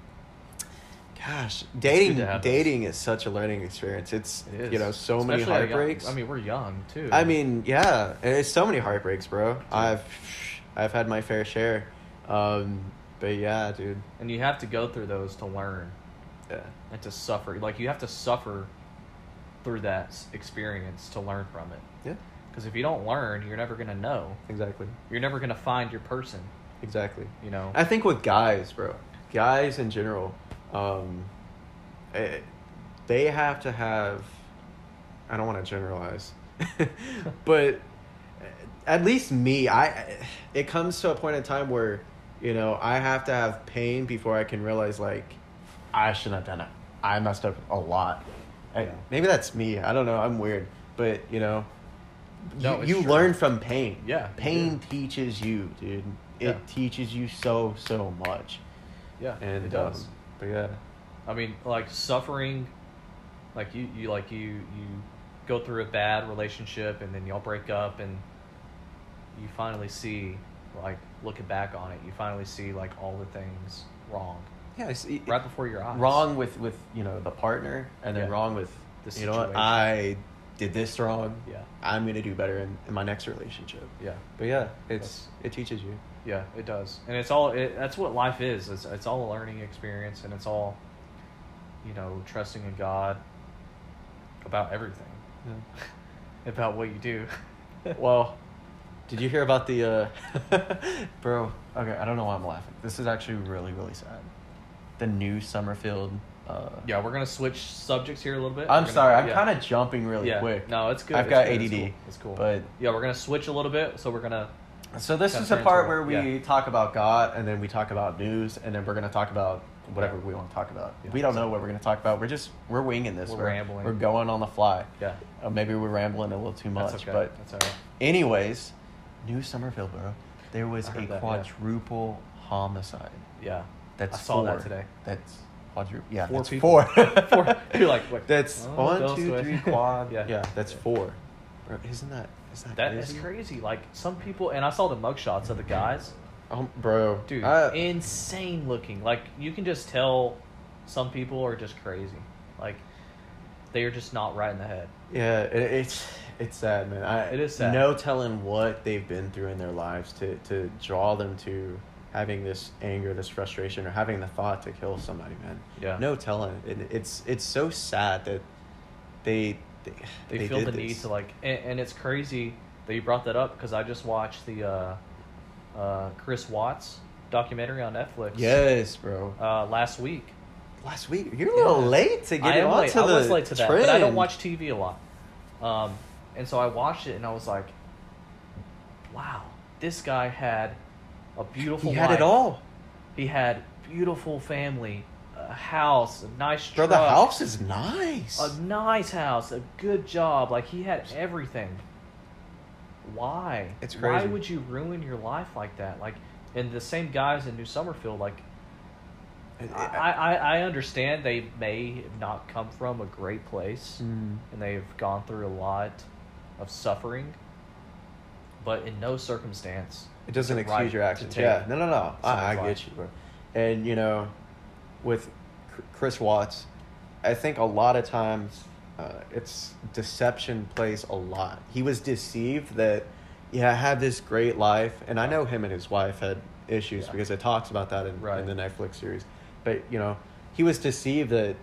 [SPEAKER 2] gosh,
[SPEAKER 1] good
[SPEAKER 2] dating
[SPEAKER 1] to have those.
[SPEAKER 2] dating is such a learning experience. It's
[SPEAKER 1] It is.
[SPEAKER 2] you know so many
[SPEAKER 1] Especially at a young-
[SPEAKER 2] heartbreaks.
[SPEAKER 1] I mean, we're young too.
[SPEAKER 2] I mean, yeah, and it's so many heartbreaks, bro. I've I've had my fair share. Um, but yeah, dude.
[SPEAKER 1] and you have to go through those to learn
[SPEAKER 2] Yeah.
[SPEAKER 1] and to suffer. Like you have to suffer through that s- experience to learn from it.
[SPEAKER 2] Yeah.
[SPEAKER 1] Because if you don't learn, you're never gonna know.
[SPEAKER 2] Exactly.
[SPEAKER 1] You're never gonna find your person.
[SPEAKER 2] Exactly.
[SPEAKER 1] You know.
[SPEAKER 2] I think with guys, bro, guys in general, um, eh, they have to have. I don't want to generalize, (laughs) but at least me, I. It comes to a point in time where, you know, I have to have pain before I can realize like, I shouldn't have done it. I messed up a lot. I-
[SPEAKER 1] Yeah.
[SPEAKER 2] Maybe that's me. I don't know. I'm weird, but you know,
[SPEAKER 1] No, it's
[SPEAKER 2] you, you
[SPEAKER 1] true.
[SPEAKER 2] learn from pain.
[SPEAKER 1] Yeah, you
[SPEAKER 2] pain
[SPEAKER 1] do.
[SPEAKER 2] teaches you, dude. It
[SPEAKER 1] Yeah.
[SPEAKER 2] teaches you so so much.
[SPEAKER 1] yeah.
[SPEAKER 2] And
[SPEAKER 1] it does.
[SPEAKER 2] um, but yeah,
[SPEAKER 1] I mean, like suffering, like you, you like you, you go through a bad relationship and then y'all break up and you finally see, like looking back on it, you finally see like all the things wrong
[SPEAKER 2] yeah. I see,
[SPEAKER 1] right before your eyes.
[SPEAKER 2] wrong with with you know the partner, and then
[SPEAKER 1] Yeah.
[SPEAKER 2] wrong with
[SPEAKER 1] The
[SPEAKER 2] you know what
[SPEAKER 1] situation.
[SPEAKER 2] I did this wrong.
[SPEAKER 1] Yeah.
[SPEAKER 2] I'm gonna do better in, in my next relationship.
[SPEAKER 1] Yeah.
[SPEAKER 2] But yeah, it's it teaches you.
[SPEAKER 1] Yeah, it does, and it's all. It, that's what life is. It's it's all a learning experience, and it's all, you know, trusting in God about everything, about what you do. (laughs)
[SPEAKER 2] well, did you hear about the uh (laughs) bro? Okay, I don't know why I'm laughing. This is actually really really sad. The new Summerfield. Uh,
[SPEAKER 1] yeah, we're gonna switch subjects here a little bit. We're
[SPEAKER 2] I'm
[SPEAKER 1] gonna-
[SPEAKER 2] sorry. I'm
[SPEAKER 1] yeah.
[SPEAKER 2] kind of jumping really
[SPEAKER 1] yeah.
[SPEAKER 2] quick.
[SPEAKER 1] No, it's good.
[SPEAKER 2] I've
[SPEAKER 1] it's
[SPEAKER 2] got
[SPEAKER 1] good, It's
[SPEAKER 2] ADD,
[SPEAKER 1] cool. It's cool.
[SPEAKER 2] but-
[SPEAKER 1] yeah, we're gonna switch a little bit, so we're gonna.
[SPEAKER 2] So this
[SPEAKER 1] Kinda
[SPEAKER 2] is the part where
[SPEAKER 1] transfer,
[SPEAKER 2] we talk about God, and then we talk about news, and then we're gonna talk about whatever
[SPEAKER 1] Yeah.
[SPEAKER 2] we want to talk about.
[SPEAKER 1] Yeah,
[SPEAKER 2] we don't know what we're gonna talk about. We're just we're winging this.
[SPEAKER 1] We're rambling.
[SPEAKER 2] We're going on the fly.
[SPEAKER 1] Yeah,
[SPEAKER 2] Uh, maybe we're rambling a little too much,
[SPEAKER 1] that's okay.
[SPEAKER 2] but
[SPEAKER 1] that's all right.
[SPEAKER 2] anyways, New Summerfield, bro. There was
[SPEAKER 1] I
[SPEAKER 2] a
[SPEAKER 1] heard that, yeah.
[SPEAKER 2] quadruple homicide.
[SPEAKER 1] Yeah,
[SPEAKER 2] That's
[SPEAKER 1] I saw that
[SPEAKER 2] four.
[SPEAKER 1] today.
[SPEAKER 2] That's quadruple. Yeah,
[SPEAKER 1] Four
[SPEAKER 2] that's
[SPEAKER 1] people.
[SPEAKER 2] four.
[SPEAKER 1] (laughs) Four. You're like, wait,
[SPEAKER 2] (laughs) that's
[SPEAKER 1] oh,
[SPEAKER 2] one,
[SPEAKER 1] those
[SPEAKER 2] two,
[SPEAKER 1] way. (laughs)
[SPEAKER 2] three quad.
[SPEAKER 1] Yeah.
[SPEAKER 2] yeah, that's
[SPEAKER 1] Yeah.
[SPEAKER 2] four. Bro, isn't that isn't that,
[SPEAKER 1] That
[SPEAKER 2] crazy?
[SPEAKER 1] is crazy. Like some people, and I saw the mugshots of the guys.
[SPEAKER 2] Um, bro,
[SPEAKER 1] dude
[SPEAKER 2] I-
[SPEAKER 1] insane looking like you can just tell some people are just crazy like they are just not right in the head
[SPEAKER 2] Yeah, it, it's it's sad, man. I,
[SPEAKER 1] It is sad.
[SPEAKER 2] No telling what they've been through in their lives to to draw them to having this anger, this frustration, or having the thought to kill somebody, man.
[SPEAKER 1] Yeah.
[SPEAKER 2] No telling. It, it's it's so sad that they they,
[SPEAKER 1] they, feel
[SPEAKER 2] did
[SPEAKER 1] the
[SPEAKER 2] this.
[SPEAKER 1] need to like and, and it's crazy that you brought that up because i just watched the uh, uh, chris watts documentary on netflix
[SPEAKER 2] Yes, bro.
[SPEAKER 1] uh, last week
[SPEAKER 2] Last week you're a little
[SPEAKER 1] Yeah.
[SPEAKER 2] late to get
[SPEAKER 1] I am
[SPEAKER 2] on
[SPEAKER 1] late.
[SPEAKER 2] to
[SPEAKER 1] I
[SPEAKER 2] the
[SPEAKER 1] was late to that,
[SPEAKER 2] trend.
[SPEAKER 1] but I don't watch TV a lot. Um, and so I watched it, and I was like, "Wow, this guy had a beautiful.
[SPEAKER 2] He had
[SPEAKER 1] life.
[SPEAKER 2] it all.
[SPEAKER 1] He had beautiful family, a house, a nice
[SPEAKER 2] Bro,
[SPEAKER 1] truck, Uh,
[SPEAKER 2] the house is nice.
[SPEAKER 1] a nice house, a good job. Like he had everything. Why?
[SPEAKER 2] It's
[SPEAKER 1] Why
[SPEAKER 2] crazy.
[SPEAKER 1] would you ruin your life like that? Like, and the same guys in New Summerfield, like
[SPEAKER 2] It- it-
[SPEAKER 1] I, I, I understand they may have not come from a great place
[SPEAKER 2] Mm.
[SPEAKER 1] and they've gone through a lot of suffering, but in no circumstance.
[SPEAKER 2] It doesn't
[SPEAKER 1] the
[SPEAKER 2] excuse
[SPEAKER 1] right
[SPEAKER 2] your
[SPEAKER 1] to
[SPEAKER 2] actions.
[SPEAKER 1] take
[SPEAKER 2] Yeah, no, no, no. I,
[SPEAKER 1] someone's
[SPEAKER 2] I get
[SPEAKER 1] life.
[SPEAKER 2] you, bro. And you know, with Chr- Chris Watts, I think a lot of times uh, it's deception plays a lot. He was deceived that yeah, I had this great life, and I know him and his wife had issues
[SPEAKER 1] Yeah.
[SPEAKER 2] because it talks about that in,
[SPEAKER 1] Right.
[SPEAKER 2] in the Netflix series. But you know, he was deceived that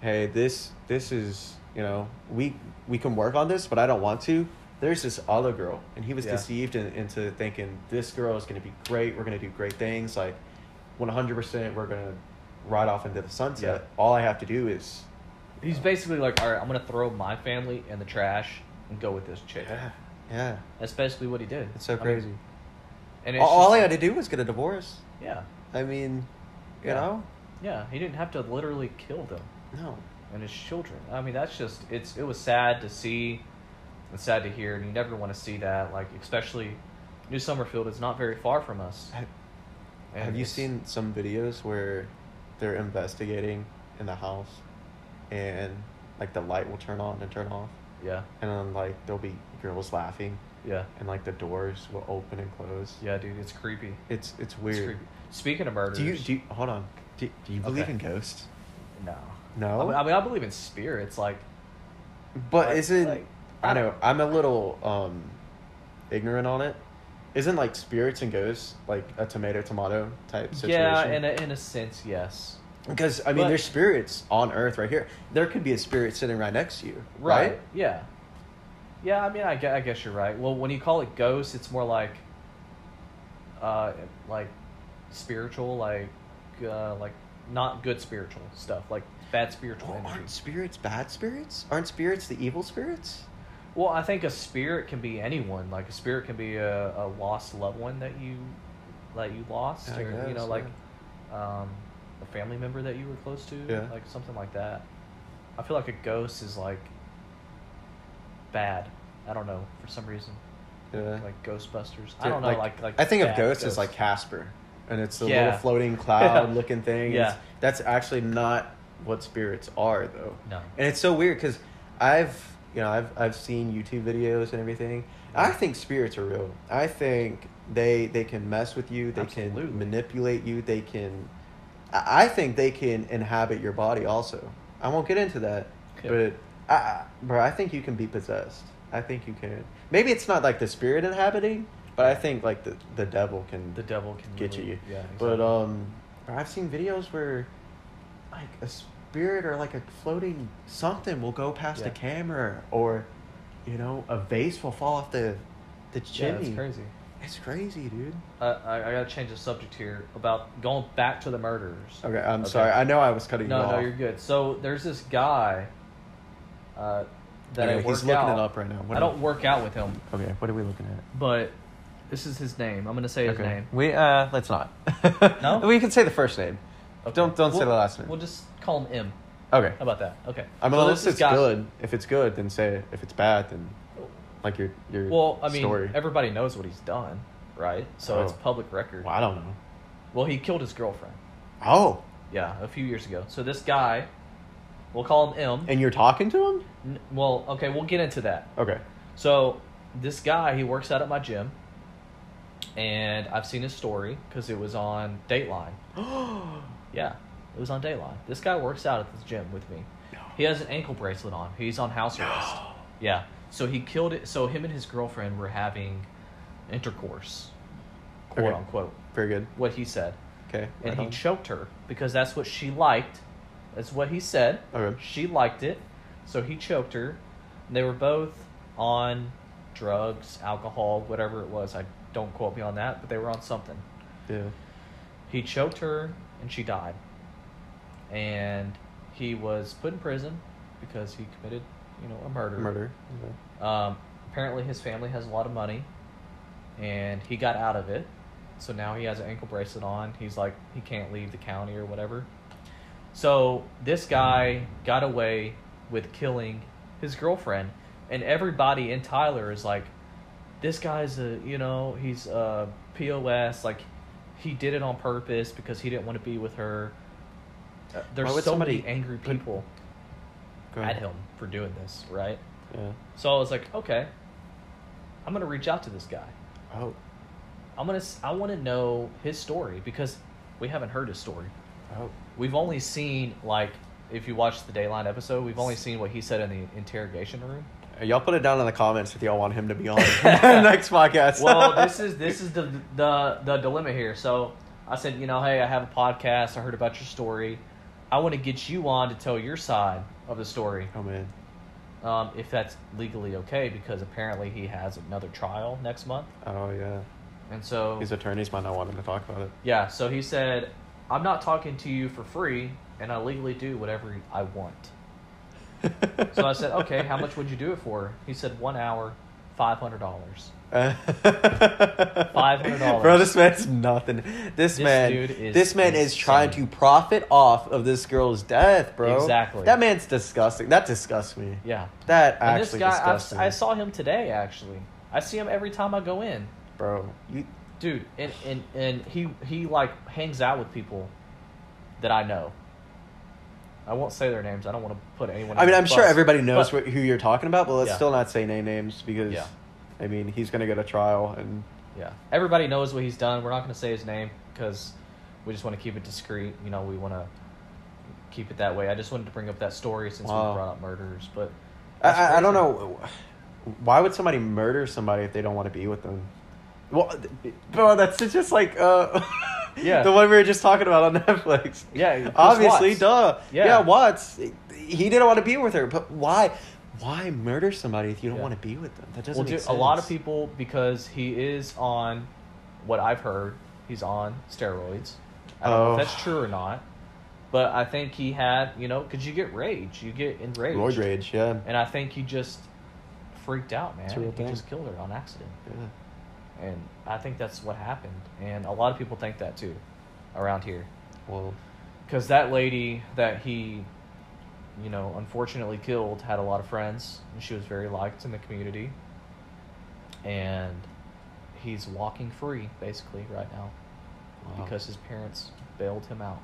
[SPEAKER 2] hey, this this is you know we we can work on this, but I don't want to. There's this other girl, and he was
[SPEAKER 1] Yeah.
[SPEAKER 2] deceived in, into thinking this girl is going to be great. We're going to do great things. Like, one hundred percent, we're going to ride off into the sunset.
[SPEAKER 1] Yeah.
[SPEAKER 2] All I have to do is
[SPEAKER 1] He's basically like, all right, I'm going to throw my family in the trash and go with this chick.
[SPEAKER 2] yeah, yeah.
[SPEAKER 1] That's basically what he did.
[SPEAKER 2] It's so
[SPEAKER 1] I mean,
[SPEAKER 2] crazy.
[SPEAKER 1] and
[SPEAKER 2] all
[SPEAKER 1] it's
[SPEAKER 2] all
[SPEAKER 1] just
[SPEAKER 2] I
[SPEAKER 1] like-
[SPEAKER 2] had to do was get a divorce.
[SPEAKER 1] Yeah.
[SPEAKER 2] I mean, you
[SPEAKER 1] Yeah.
[SPEAKER 2] know,
[SPEAKER 1] Yeah. He didn't have to literally kill them.
[SPEAKER 2] no.
[SPEAKER 1] and his children. I mean, that's just it's it was sad to see, and sad to hear, and you never want to see that. Like especially, New Summerfield is not very far from us,
[SPEAKER 2] I-
[SPEAKER 1] And
[SPEAKER 2] Have you
[SPEAKER 1] it's-
[SPEAKER 2] seen some videos where they're investigating in the house and like the light will turn on and turn off
[SPEAKER 1] Yeah,
[SPEAKER 2] and then like there'll be girls laughing
[SPEAKER 1] yeah,
[SPEAKER 2] and like the doors will open and close.
[SPEAKER 1] yeah, dude. It's creepy.
[SPEAKER 2] It's it's
[SPEAKER 1] It's
[SPEAKER 2] weird.
[SPEAKER 1] creepy. Speaking of murders,
[SPEAKER 2] do you do you, hold on. Do, do you believe
[SPEAKER 1] Okay.
[SPEAKER 2] in ghosts?
[SPEAKER 1] no,
[SPEAKER 2] No?
[SPEAKER 1] I mean, I mean, I believe in spirits. Like,
[SPEAKER 2] But
[SPEAKER 1] Like-
[SPEAKER 2] isn't
[SPEAKER 1] like-
[SPEAKER 2] I know I'm a little um ignorant on it. Isn't like spirits and ghosts like a tomato tomato type situation?
[SPEAKER 1] yeah, in a, in a sense, yes.
[SPEAKER 2] because I mean
[SPEAKER 1] But-
[SPEAKER 2] there's spirits on Earth right here. There could be a spirit sitting right next to you, right?
[SPEAKER 1] Yeah. Yeah, I mean, I guess, I guess you're right. Well, when you call it ghost, it's more like, uh, like spiritual, like, uh, like not good spiritual stuff, like bad spiritual
[SPEAKER 2] Well,
[SPEAKER 1] energy.
[SPEAKER 2] aren't spirits bad spirits? Aren't spirits the evil spirits?
[SPEAKER 1] Well, I think a spirit can be anyone. Like a spirit can be a, a lost loved one that you that you lost,
[SPEAKER 2] I
[SPEAKER 1] or you
[SPEAKER 2] guess,
[SPEAKER 1] know, like um, a family member that you were close to,
[SPEAKER 2] Yeah.
[SPEAKER 1] like something like that. I feel like a ghost is like bad. I don't know for some reason,
[SPEAKER 2] Yeah.
[SPEAKER 1] like Ghostbusters. I don't know, like like
[SPEAKER 2] I think of
[SPEAKER 1] bad
[SPEAKER 2] ghosts as like Casper, and it's the
[SPEAKER 1] Yeah.
[SPEAKER 2] little floating
[SPEAKER 1] (laughs)
[SPEAKER 2] cloud looking thing.
[SPEAKER 1] Yeah.
[SPEAKER 2] It's- that's actually not what spirits are though.
[SPEAKER 1] no,
[SPEAKER 2] And it's so weird because I've you know I've I've seen YouTube videos and everything. I think spirits are real. I think they they can mess with you. They
[SPEAKER 1] Absolutely.
[SPEAKER 2] can manipulate you. They can. I I think they can inhabit your body also. I won't get into that,
[SPEAKER 1] Okay.
[SPEAKER 2] but I, I, bro, I think you can be possessed. I think you can. Maybe it's not like the spirit inhabiting, but I think like the the devil can
[SPEAKER 1] the devil can
[SPEAKER 2] get
[SPEAKER 1] really-
[SPEAKER 2] you.
[SPEAKER 1] Yeah,
[SPEAKER 2] But
[SPEAKER 1] exactly.
[SPEAKER 2] um, I've seen videos where, like a spirit or like a floating something will go past
[SPEAKER 1] Yeah.
[SPEAKER 2] the camera, or, you know, a vase will fall off the, the
[SPEAKER 1] yeah,
[SPEAKER 2] chimney.
[SPEAKER 1] it's crazy.
[SPEAKER 2] It's crazy, dude.
[SPEAKER 1] I, I, I gotta change the subject here about going back to the murderers.
[SPEAKER 2] Okay, I'm
[SPEAKER 1] Okay.
[SPEAKER 2] sorry. I know I was cutting you
[SPEAKER 1] No,
[SPEAKER 2] off.
[SPEAKER 1] no, you're good. So there's this guy uh, that
[SPEAKER 2] Okay,
[SPEAKER 1] I
[SPEAKER 2] he's
[SPEAKER 1] work
[SPEAKER 2] looking
[SPEAKER 1] out.
[SPEAKER 2] it up right now. What
[SPEAKER 1] I
[SPEAKER 2] are-
[SPEAKER 1] don't work out with him,
[SPEAKER 2] Okay, what are we looking at?
[SPEAKER 1] but this is his name. I'm gonna say his
[SPEAKER 2] okay.
[SPEAKER 1] name.
[SPEAKER 2] We uh, let's not.
[SPEAKER 1] No?
[SPEAKER 2] (laughs) we can say the first name.
[SPEAKER 1] Okay.
[SPEAKER 2] Don't don't say
[SPEAKER 1] We'll-
[SPEAKER 2] the last name.
[SPEAKER 1] We'll just call him M.
[SPEAKER 2] okay.
[SPEAKER 1] How about that? Okay.
[SPEAKER 2] I mean,
[SPEAKER 1] So
[SPEAKER 2] unless
[SPEAKER 1] this
[SPEAKER 2] it's
[SPEAKER 1] guy-
[SPEAKER 2] good. If it's good, then say it. If it's bad, then like your your
[SPEAKER 1] Well, I mean,
[SPEAKER 2] story.
[SPEAKER 1] everybody knows what he's done, right? So it's
[SPEAKER 2] Oh.
[SPEAKER 1] public record.
[SPEAKER 2] Well, I don't know.
[SPEAKER 1] Well, he killed his girlfriend.
[SPEAKER 2] Oh,
[SPEAKER 1] Yeah, a few years ago. So this guy, we'll call him M.
[SPEAKER 2] and you're talking to him?
[SPEAKER 1] N- well, okay, we'll get into that. (gasps)
[SPEAKER 2] Okay.
[SPEAKER 1] So this guy, he works out at my gym, and I've seen his story because it was on Dateline. Yeah, it was on Dateline. This guy works out at this gym with me. He has an ankle bracelet on. He's on house arrest. Yeah. So he killed it. So him and his girlfriend were having intercourse, quote
[SPEAKER 2] Okay.
[SPEAKER 1] unquote,
[SPEAKER 2] Very good.
[SPEAKER 1] what he said,
[SPEAKER 2] Okay.
[SPEAKER 1] and
[SPEAKER 2] right
[SPEAKER 1] he
[SPEAKER 2] on.
[SPEAKER 1] choked her because that's what she liked. That's what he said.
[SPEAKER 2] Okay.
[SPEAKER 1] She liked it, so he choked her. They were both on drugs, alcohol, whatever it was. I don't quote me on that, but they were on something.
[SPEAKER 2] yeah.
[SPEAKER 1] He choked her, and she died. And he was put in prison because he committed, you know, a murder.
[SPEAKER 2] Murder. Okay.
[SPEAKER 1] Um, apparently, his family has a lot of money, and he got out of it. So now he has an ankle bracelet on. He's like, he can't leave the county or whatever. So this guy got away with killing his girlfriend, and everybody in Tyler is like, this guy's a, you know, he's a POS. Like, he did it on purpose because he didn't want to be with her. Uh, There's
[SPEAKER 2] Why would
[SPEAKER 1] so many
[SPEAKER 2] somebody
[SPEAKER 1] angry
[SPEAKER 2] put-
[SPEAKER 1] people
[SPEAKER 2] Go
[SPEAKER 1] at
[SPEAKER 2] ahead.
[SPEAKER 1] him for doing this, right?
[SPEAKER 2] Yeah.
[SPEAKER 1] So I was like, okay, I'm gonna reach out to this guy.
[SPEAKER 2] Oh.
[SPEAKER 1] I'm gonna, s- I want to know his story because we haven't heard his story.
[SPEAKER 2] Oh.
[SPEAKER 1] We've only seen like, if you watch the Dayline episode, we've only seen what he said in the interrogation room.
[SPEAKER 2] Y'all put it down in the comments if y'all want him to
[SPEAKER 1] (laughs)
[SPEAKER 2] be on (laughs) next podcast.
[SPEAKER 1] Well, this is this is the the the dilemma here. So I said, you know, hey, I have a podcast. I heard about your story. I want to get you on to tell your side of the story,
[SPEAKER 2] (laughs) Oh man.
[SPEAKER 1] um, if that's legally okay, because apparently he has another trial next month,
[SPEAKER 2] Oh yeah.
[SPEAKER 1] and so
[SPEAKER 2] His attorneys might not want him to talk about it.
[SPEAKER 1] Yeah, so he said, I'm not talking to you for free, and I legally do whatever I want. So I said, okay, how much would you do it for? He said, one hour, $500.
[SPEAKER 2] (laughs) Five
[SPEAKER 1] $500.
[SPEAKER 2] Bro, this man's nothing. This,
[SPEAKER 1] This
[SPEAKER 2] man,
[SPEAKER 1] dude is
[SPEAKER 2] this man is trying to
[SPEAKER 1] insane.
[SPEAKER 2] profit off of this girl's death, bro.
[SPEAKER 1] Exactly.
[SPEAKER 2] That man's disgusting. That disgusts me.
[SPEAKER 1] Yeah.
[SPEAKER 2] That
[SPEAKER 1] And this
[SPEAKER 2] actually
[SPEAKER 1] guy,
[SPEAKER 2] disgusts
[SPEAKER 1] I,
[SPEAKER 2] me,
[SPEAKER 1] I saw him today, actually. I see him every time I go in.
[SPEAKER 2] bro. You,
[SPEAKER 1] dude, and and and he he like hangs out with people that I know. I won't say their names. I don't want to put anyone.
[SPEAKER 2] I mean,
[SPEAKER 1] under
[SPEAKER 2] I'm
[SPEAKER 1] the
[SPEAKER 2] sure
[SPEAKER 1] bus,
[SPEAKER 2] everybody knows
[SPEAKER 1] but-
[SPEAKER 2] wh- who you're talking about, but let's
[SPEAKER 1] Yeah.
[SPEAKER 2] still not say name names because,
[SPEAKER 1] Yeah.
[SPEAKER 2] I mean, he's going to go to trial and
[SPEAKER 1] Yeah, everybody knows what he's done. We're not going to say his name because we just want to keep it discreet. You know, we want to keep it that way. I just wanted to bring up that story since
[SPEAKER 2] Wow.
[SPEAKER 1] we brought up murders, but
[SPEAKER 2] I,
[SPEAKER 1] that's
[SPEAKER 2] I, I don't
[SPEAKER 1] crazy.
[SPEAKER 2] know. Why would somebody murder somebody if they don't want to be with them? Well, th- bro, that's it's just like uh, (laughs)
[SPEAKER 1] Yeah.
[SPEAKER 2] the one we were just talking about on Netflix. (laughs)
[SPEAKER 1] Yeah, Chris
[SPEAKER 2] obviously,
[SPEAKER 1] Watts.
[SPEAKER 2] duh.
[SPEAKER 1] Yeah.
[SPEAKER 2] yeah, Watts. He didn't want to be with her, but why? Why murder somebody if you don't
[SPEAKER 1] Yeah.
[SPEAKER 2] want to be with them? That doesn't
[SPEAKER 1] well,
[SPEAKER 2] make
[SPEAKER 1] dude,
[SPEAKER 2] sense.
[SPEAKER 1] a lot of people because he is on what I've heard, he's on steroids. I don't know
[SPEAKER 2] Oh.
[SPEAKER 1] if that's true or not, but I think he had you know because you get rage, you get enraged,
[SPEAKER 2] Roid rage, yeah.
[SPEAKER 1] and I think he just freaked out, man.
[SPEAKER 2] It's a real
[SPEAKER 1] He
[SPEAKER 2] thing.
[SPEAKER 1] just killed her on accident.
[SPEAKER 2] yeah.
[SPEAKER 1] and I think that's what happened. And a lot of people think that too, around here,
[SPEAKER 2] Well,
[SPEAKER 1] because that lady that he, you know, unfortunately killed had a lot of friends, and she was very liked in the community. And he's walking free basically right now
[SPEAKER 2] wow.
[SPEAKER 1] because his parents bailed him out.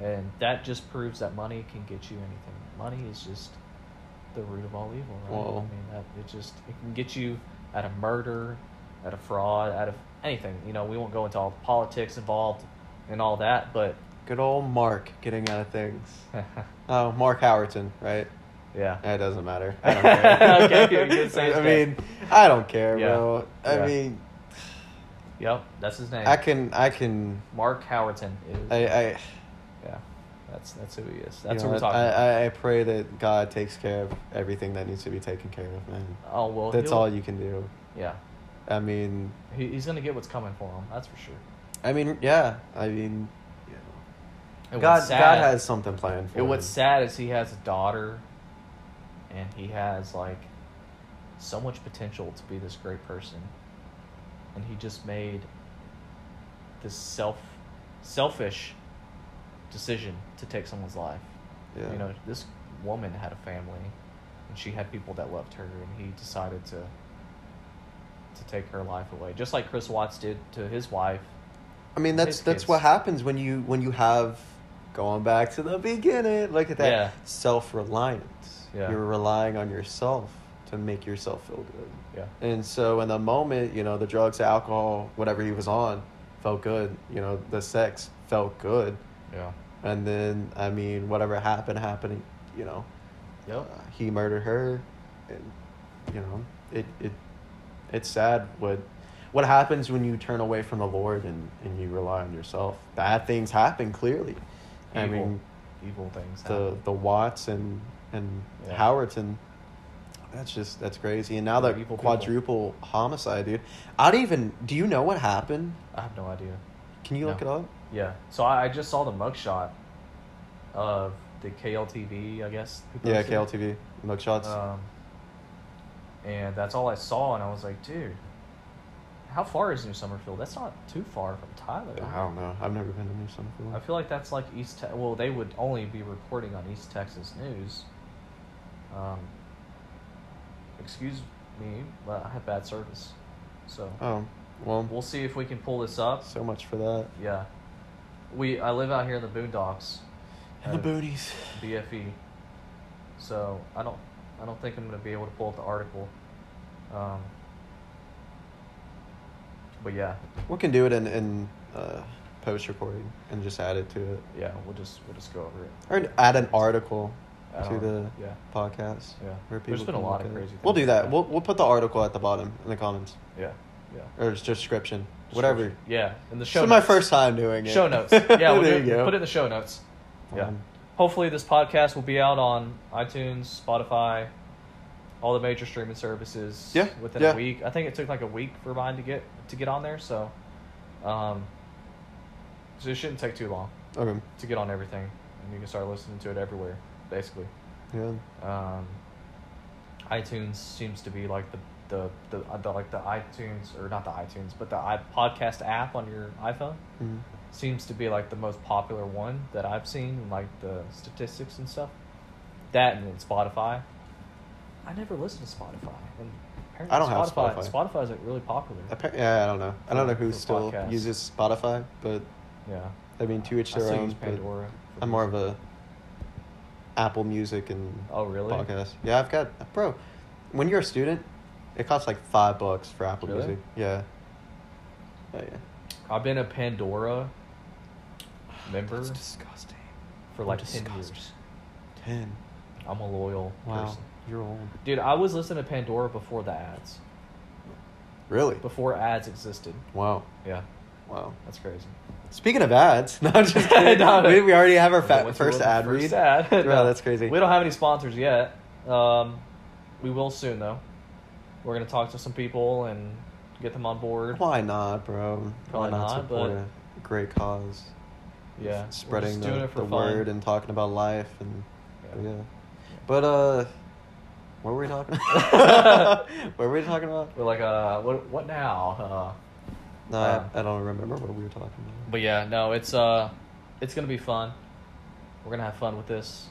[SPEAKER 1] And that just proves that money can get you anything. Money is just the root of all evil, right?
[SPEAKER 2] Well-
[SPEAKER 1] I mean, that, it just it can get you out of murder, out of fraud, out of anything. You know, we won't go into all the politics involved and all that,
[SPEAKER 2] (laughs)
[SPEAKER 1] but
[SPEAKER 2] good old Mark getting out of (laughs) things. Oh, Mark Howerton, right?
[SPEAKER 1] yeah,
[SPEAKER 2] Eh, It
[SPEAKER 1] (laughs)
[SPEAKER 2] doesn't matter. I don't care.
[SPEAKER 1] Okay, you can say his
[SPEAKER 2] I
[SPEAKER 1] name.
[SPEAKER 2] mean, I don't care,
[SPEAKER 1] Yeah.
[SPEAKER 2] bro. I
[SPEAKER 1] Yeah.
[SPEAKER 2] mean,
[SPEAKER 1] yep, that's his name.
[SPEAKER 2] I can, I can,
[SPEAKER 1] Mark Howerton is
[SPEAKER 2] I, I.
[SPEAKER 1] yeah, that's that's who he is. That's
[SPEAKER 2] you
[SPEAKER 1] who
[SPEAKER 2] know,
[SPEAKER 1] we're talking.
[SPEAKER 2] I,
[SPEAKER 1] about.
[SPEAKER 2] I, I pray that God takes care of everything that needs to be taken care of, man.
[SPEAKER 1] oh well,
[SPEAKER 2] That's
[SPEAKER 1] he'll-
[SPEAKER 2] all you can do.
[SPEAKER 1] Yeah,
[SPEAKER 2] I mean,
[SPEAKER 1] he, he's gonna get what's coming for him. That's for sure.
[SPEAKER 2] I mean, yeah. I mean,
[SPEAKER 1] And
[SPEAKER 2] God,
[SPEAKER 1] what's
[SPEAKER 2] God
[SPEAKER 1] sad-
[SPEAKER 2] has something planned for
[SPEAKER 1] And what's
[SPEAKER 2] him.
[SPEAKER 1] sad is he has a daughter, and he has like so much potential to be this great person, and he just made this self selfish decision to take someone's life.
[SPEAKER 2] Yeah.
[SPEAKER 1] You know, this woman had a family, and she had people that loved her, and he decided to to take her life away, just like Chris Watts did to his wife.
[SPEAKER 2] I mean, that's
[SPEAKER 1] His
[SPEAKER 2] that's
[SPEAKER 1] kids.
[SPEAKER 2] what happens when you when you have going back to the beginning. Look at that
[SPEAKER 1] Yeah.
[SPEAKER 2] self reliance.
[SPEAKER 1] Yeah.
[SPEAKER 2] You're relying on yourself to make yourself feel good.
[SPEAKER 1] Yeah,
[SPEAKER 2] And so in the moment, you know, the drugs, the alcohol, whatever he was on, felt good. You know, the sex felt good.
[SPEAKER 1] yeah,
[SPEAKER 2] And then I mean, whatever happened happened. You know, uh,
[SPEAKER 1] yep,
[SPEAKER 2] he murdered her, and you know, it it it's sad what what happens when you turn away from the Lord and and you rely on yourself. Bad things happen clearly. I
[SPEAKER 1] Evil.
[SPEAKER 2] mean,
[SPEAKER 1] evil things.
[SPEAKER 2] the
[SPEAKER 1] happen.
[SPEAKER 2] the Watts and and
[SPEAKER 1] Yeah.
[SPEAKER 2] Howerton. That's just that's crazy. And now
[SPEAKER 1] They're
[SPEAKER 2] that
[SPEAKER 1] evil people.
[SPEAKER 2] quadruple homicide, dude. I don't even. Do you know what happened?
[SPEAKER 1] I have no idea.
[SPEAKER 2] Can you look it
[SPEAKER 1] No.
[SPEAKER 2] up?
[SPEAKER 1] Yeah. So I, I just saw the mugshot of the KLTV, I guess. who
[SPEAKER 2] Yeah,
[SPEAKER 1] posted it.
[SPEAKER 2] KLTV mugshots.
[SPEAKER 1] Um, and that's all I saw, and I was like, dude, how far is New Summerfield? That's not too far from Tyler.
[SPEAKER 2] I don't know. I've never been to New Summerfield.
[SPEAKER 1] I feel like that's like East. Te- well, they would only be reporting on East Texas news. Um, excuse me, but I have bad service, so
[SPEAKER 2] Oh, well,
[SPEAKER 1] we'll see if we can pull this up.
[SPEAKER 2] so much for that.
[SPEAKER 1] Yeah, we. I live out here in the boondocks.
[SPEAKER 2] And the
[SPEAKER 1] Uh,
[SPEAKER 2] booties.
[SPEAKER 1] BFE. E. So I don't, I don't think I'm gonna be able to pull up the article. Um, but yeah,
[SPEAKER 2] We can do it in, in uh, post recording and just add it to it.
[SPEAKER 1] yeah, we'll just we'll just go over it.
[SPEAKER 2] Or add an article
[SPEAKER 1] I
[SPEAKER 2] to
[SPEAKER 1] don't-
[SPEAKER 2] the
[SPEAKER 1] yeah,
[SPEAKER 2] podcast.
[SPEAKER 1] Yeah.
[SPEAKER 2] Where
[SPEAKER 1] There's
[SPEAKER 2] people
[SPEAKER 1] been a lot
[SPEAKER 2] can look
[SPEAKER 1] of
[SPEAKER 2] at it.
[SPEAKER 1] crazy
[SPEAKER 2] We'll do
[SPEAKER 1] things.
[SPEAKER 2] that. We'll, we'll put the article at the bottom in the comments
[SPEAKER 1] yeah, yeah.
[SPEAKER 2] or it's description. Whatever.
[SPEAKER 1] Yeah, in the
[SPEAKER 2] This
[SPEAKER 1] show.
[SPEAKER 2] is
[SPEAKER 1] notes.
[SPEAKER 2] my first time doing it.
[SPEAKER 1] show
[SPEAKER 2] (laughs)
[SPEAKER 1] notes. Yeah, we'll
[SPEAKER 2] there
[SPEAKER 1] do,
[SPEAKER 2] you go.
[SPEAKER 1] put it in the show notes. Yeah.
[SPEAKER 2] Um,
[SPEAKER 1] Hopefully, this podcast will be out on iTunes, Spotify, all the major streaming services.
[SPEAKER 2] Yeah,
[SPEAKER 1] Within
[SPEAKER 2] yeah.
[SPEAKER 1] a week, I think it took like a week for mine to get to get on there. So, um, so it shouldn't take too long.
[SPEAKER 2] Okay.
[SPEAKER 1] to get on everything, and you can start listening to it everywhere, basically.
[SPEAKER 2] Yeah.
[SPEAKER 1] Um, iTunes seems to be like the the, the, uh, the like the iTunes or not the iTunes, but the i podcast app on your iPhone
[SPEAKER 2] Mm.
[SPEAKER 1] seems to be like the most popular one that I've seen, like the statistics and stuff. That and then Spotify. I never listen to Spotify. And apparently
[SPEAKER 2] I don't have
[SPEAKER 1] Spotify,
[SPEAKER 2] Spotify.
[SPEAKER 1] Spotify's like really popular.
[SPEAKER 2] Appa- yeah, I don't know. I don't know who
[SPEAKER 1] Uh, For
[SPEAKER 2] still
[SPEAKER 1] podcasts.
[SPEAKER 2] uses Spotify, but
[SPEAKER 1] Yeah.
[SPEAKER 2] I mean, to each
[SPEAKER 1] I
[SPEAKER 2] their
[SPEAKER 1] still
[SPEAKER 2] own.
[SPEAKER 1] use
[SPEAKER 2] but
[SPEAKER 1] Pandora. for
[SPEAKER 2] I'm more of
[SPEAKER 1] music.
[SPEAKER 2] a Apple Music and
[SPEAKER 1] Oh really?
[SPEAKER 2] podcast. Yeah, I've got bro. When you're a student, it costs like five bucks for Apple
[SPEAKER 1] Really?
[SPEAKER 2] Music. Yeah. Oh yeah.
[SPEAKER 1] I've been a
[SPEAKER 2] (sighs)
[SPEAKER 1] Pandora member
[SPEAKER 2] That's disgusting.
[SPEAKER 1] for
[SPEAKER 2] I'm
[SPEAKER 1] like ten
[SPEAKER 2] disgusted.
[SPEAKER 1] years.
[SPEAKER 2] Ten.
[SPEAKER 1] I'm a loyal
[SPEAKER 2] Wow.
[SPEAKER 1] person.
[SPEAKER 2] You're old.
[SPEAKER 1] Dude, I was listening to Pandora before the ads.
[SPEAKER 2] Really?
[SPEAKER 1] Before ads existed.
[SPEAKER 2] Wow.
[SPEAKER 1] Yeah,
[SPEAKER 2] Wow.
[SPEAKER 1] that's crazy.
[SPEAKER 2] Speaking of ads, (laughs) no,
[SPEAKER 1] (laughs)
[SPEAKER 2] I'm just kidding.
[SPEAKER 1] No, no.
[SPEAKER 2] we, we already have our
[SPEAKER 1] We
[SPEAKER 2] fa-
[SPEAKER 1] went through
[SPEAKER 2] first
[SPEAKER 1] the
[SPEAKER 2] ad
[SPEAKER 1] first
[SPEAKER 2] read.
[SPEAKER 1] ad.
[SPEAKER 2] (laughs)
[SPEAKER 1] (laughs)
[SPEAKER 2] Bro, that's crazy.
[SPEAKER 1] We don't have any sponsors yet. Um, we will soon though. We're gonna talk to some people and get them on board.
[SPEAKER 2] Why not, bro? Why
[SPEAKER 1] Probably
[SPEAKER 2] not
[SPEAKER 1] not,
[SPEAKER 2] support
[SPEAKER 1] but-
[SPEAKER 2] a great cause?
[SPEAKER 1] Yeah,
[SPEAKER 2] Spreading
[SPEAKER 1] we're just doing
[SPEAKER 2] the,
[SPEAKER 1] it for
[SPEAKER 2] the
[SPEAKER 1] fun.
[SPEAKER 2] word and talking about life and
[SPEAKER 1] Yeah.
[SPEAKER 2] yeah. But uh what were
[SPEAKER 1] (laughs)
[SPEAKER 2] we talking (laughs) about? what were we talking about?
[SPEAKER 1] We're like, uh, what, what now? Uh,
[SPEAKER 2] No,
[SPEAKER 1] Uh,
[SPEAKER 2] I, I don't remember what we were talking about.
[SPEAKER 1] but yeah, no, it's uh, it's gonna be fun. We're gonna have fun with this.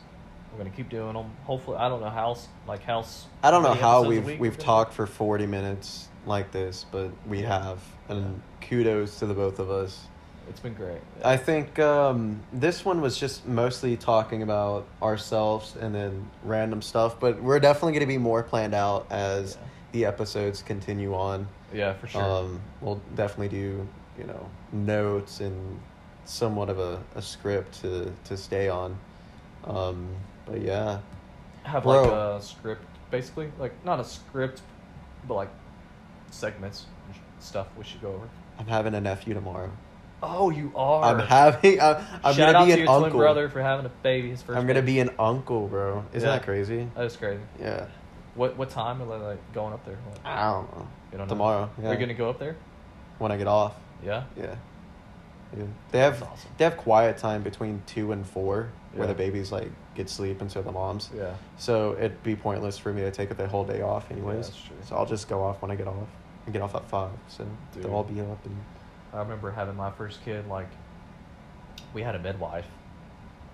[SPEAKER 1] We're gonna keep doing them. Hopefully, I don't know how else, like how. s-
[SPEAKER 2] I don't know
[SPEAKER 1] many
[SPEAKER 2] how
[SPEAKER 1] episodes a
[SPEAKER 2] we've
[SPEAKER 1] week we're
[SPEAKER 2] we've
[SPEAKER 1] gonna do.
[SPEAKER 2] talked for 40 minutes like this, but we have and kudos to the both of us.
[SPEAKER 1] It's been great.
[SPEAKER 2] I think um, this one was just mostly talking about ourselves and then random stuff, but we're definitely going to be more planned out as
[SPEAKER 1] Yeah.
[SPEAKER 2] the episodes continue on.
[SPEAKER 1] yeah, for sure.
[SPEAKER 2] Um, we'll definitely do, you know, notes and somewhat of a, a script to, to stay on. Um, but yeah,
[SPEAKER 1] have
[SPEAKER 2] Bro.
[SPEAKER 1] like a script, basically, like not a script, but like segments, and sh- stuff we should go over.
[SPEAKER 2] I'm having a nephew tomorrow.
[SPEAKER 1] Oh, you are.
[SPEAKER 2] I'm having, I'm, I'm
[SPEAKER 1] Shout
[SPEAKER 2] going to
[SPEAKER 1] out
[SPEAKER 2] be
[SPEAKER 1] to
[SPEAKER 2] an
[SPEAKER 1] your
[SPEAKER 2] uncle.
[SPEAKER 1] twin brother for having a baby. His first.
[SPEAKER 2] I'm going to
[SPEAKER 1] baby.
[SPEAKER 2] be an uncle, bro. Isn't
[SPEAKER 1] Yeah.
[SPEAKER 2] that crazy?
[SPEAKER 1] That is crazy.
[SPEAKER 2] Yeah.
[SPEAKER 1] What what time are they like going up there? What-
[SPEAKER 2] I don't know.
[SPEAKER 1] You Ah. don't know?
[SPEAKER 2] Tomorrow. Yeah.
[SPEAKER 1] Are you gonna go up there?
[SPEAKER 2] when I get off.
[SPEAKER 1] Yeah.
[SPEAKER 2] Yeah. Yeah. They have
[SPEAKER 1] That's awesome.
[SPEAKER 2] they have quiet time between two and four where the
[SPEAKER 1] Yeah.
[SPEAKER 2] babies like get sleep and so the moms.
[SPEAKER 1] Yeah.
[SPEAKER 2] So it'd be pointless for me to take the whole day off anyways.
[SPEAKER 1] that's true.
[SPEAKER 2] So I'll just go off when I get off. And get off at five. So
[SPEAKER 1] Dude.
[SPEAKER 2] they'll all be up and
[SPEAKER 1] I remember having my first kid. Like, we had a midwife,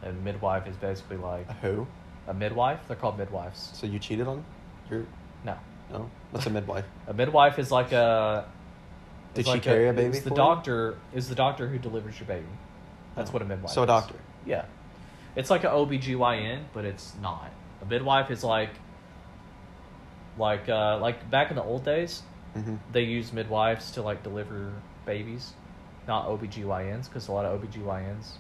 [SPEAKER 1] and midwife is basically like
[SPEAKER 2] a who?
[SPEAKER 1] a midwife. They're called midwives.
[SPEAKER 2] So you cheated on your
[SPEAKER 1] No,
[SPEAKER 2] no? That's a midwife.
[SPEAKER 1] a midwife is like a.
[SPEAKER 2] Did
[SPEAKER 1] is
[SPEAKER 2] she
[SPEAKER 1] like
[SPEAKER 2] carry a baby
[SPEAKER 1] Is
[SPEAKER 2] for
[SPEAKER 1] the
[SPEAKER 2] you?
[SPEAKER 1] doctor is the doctor who delivers your baby. (laughs) That's
[SPEAKER 2] Oh.
[SPEAKER 1] what a midwife.
[SPEAKER 2] So a
[SPEAKER 1] is.
[SPEAKER 2] doctor.
[SPEAKER 1] Yeah. It's like an OBGYN, but it's not. A midwife is like like uh like back in the old days,
[SPEAKER 2] Mm-hmm.
[SPEAKER 1] they used midwives to like deliver babies, not OBGYNs cuz a lot of OBGYNs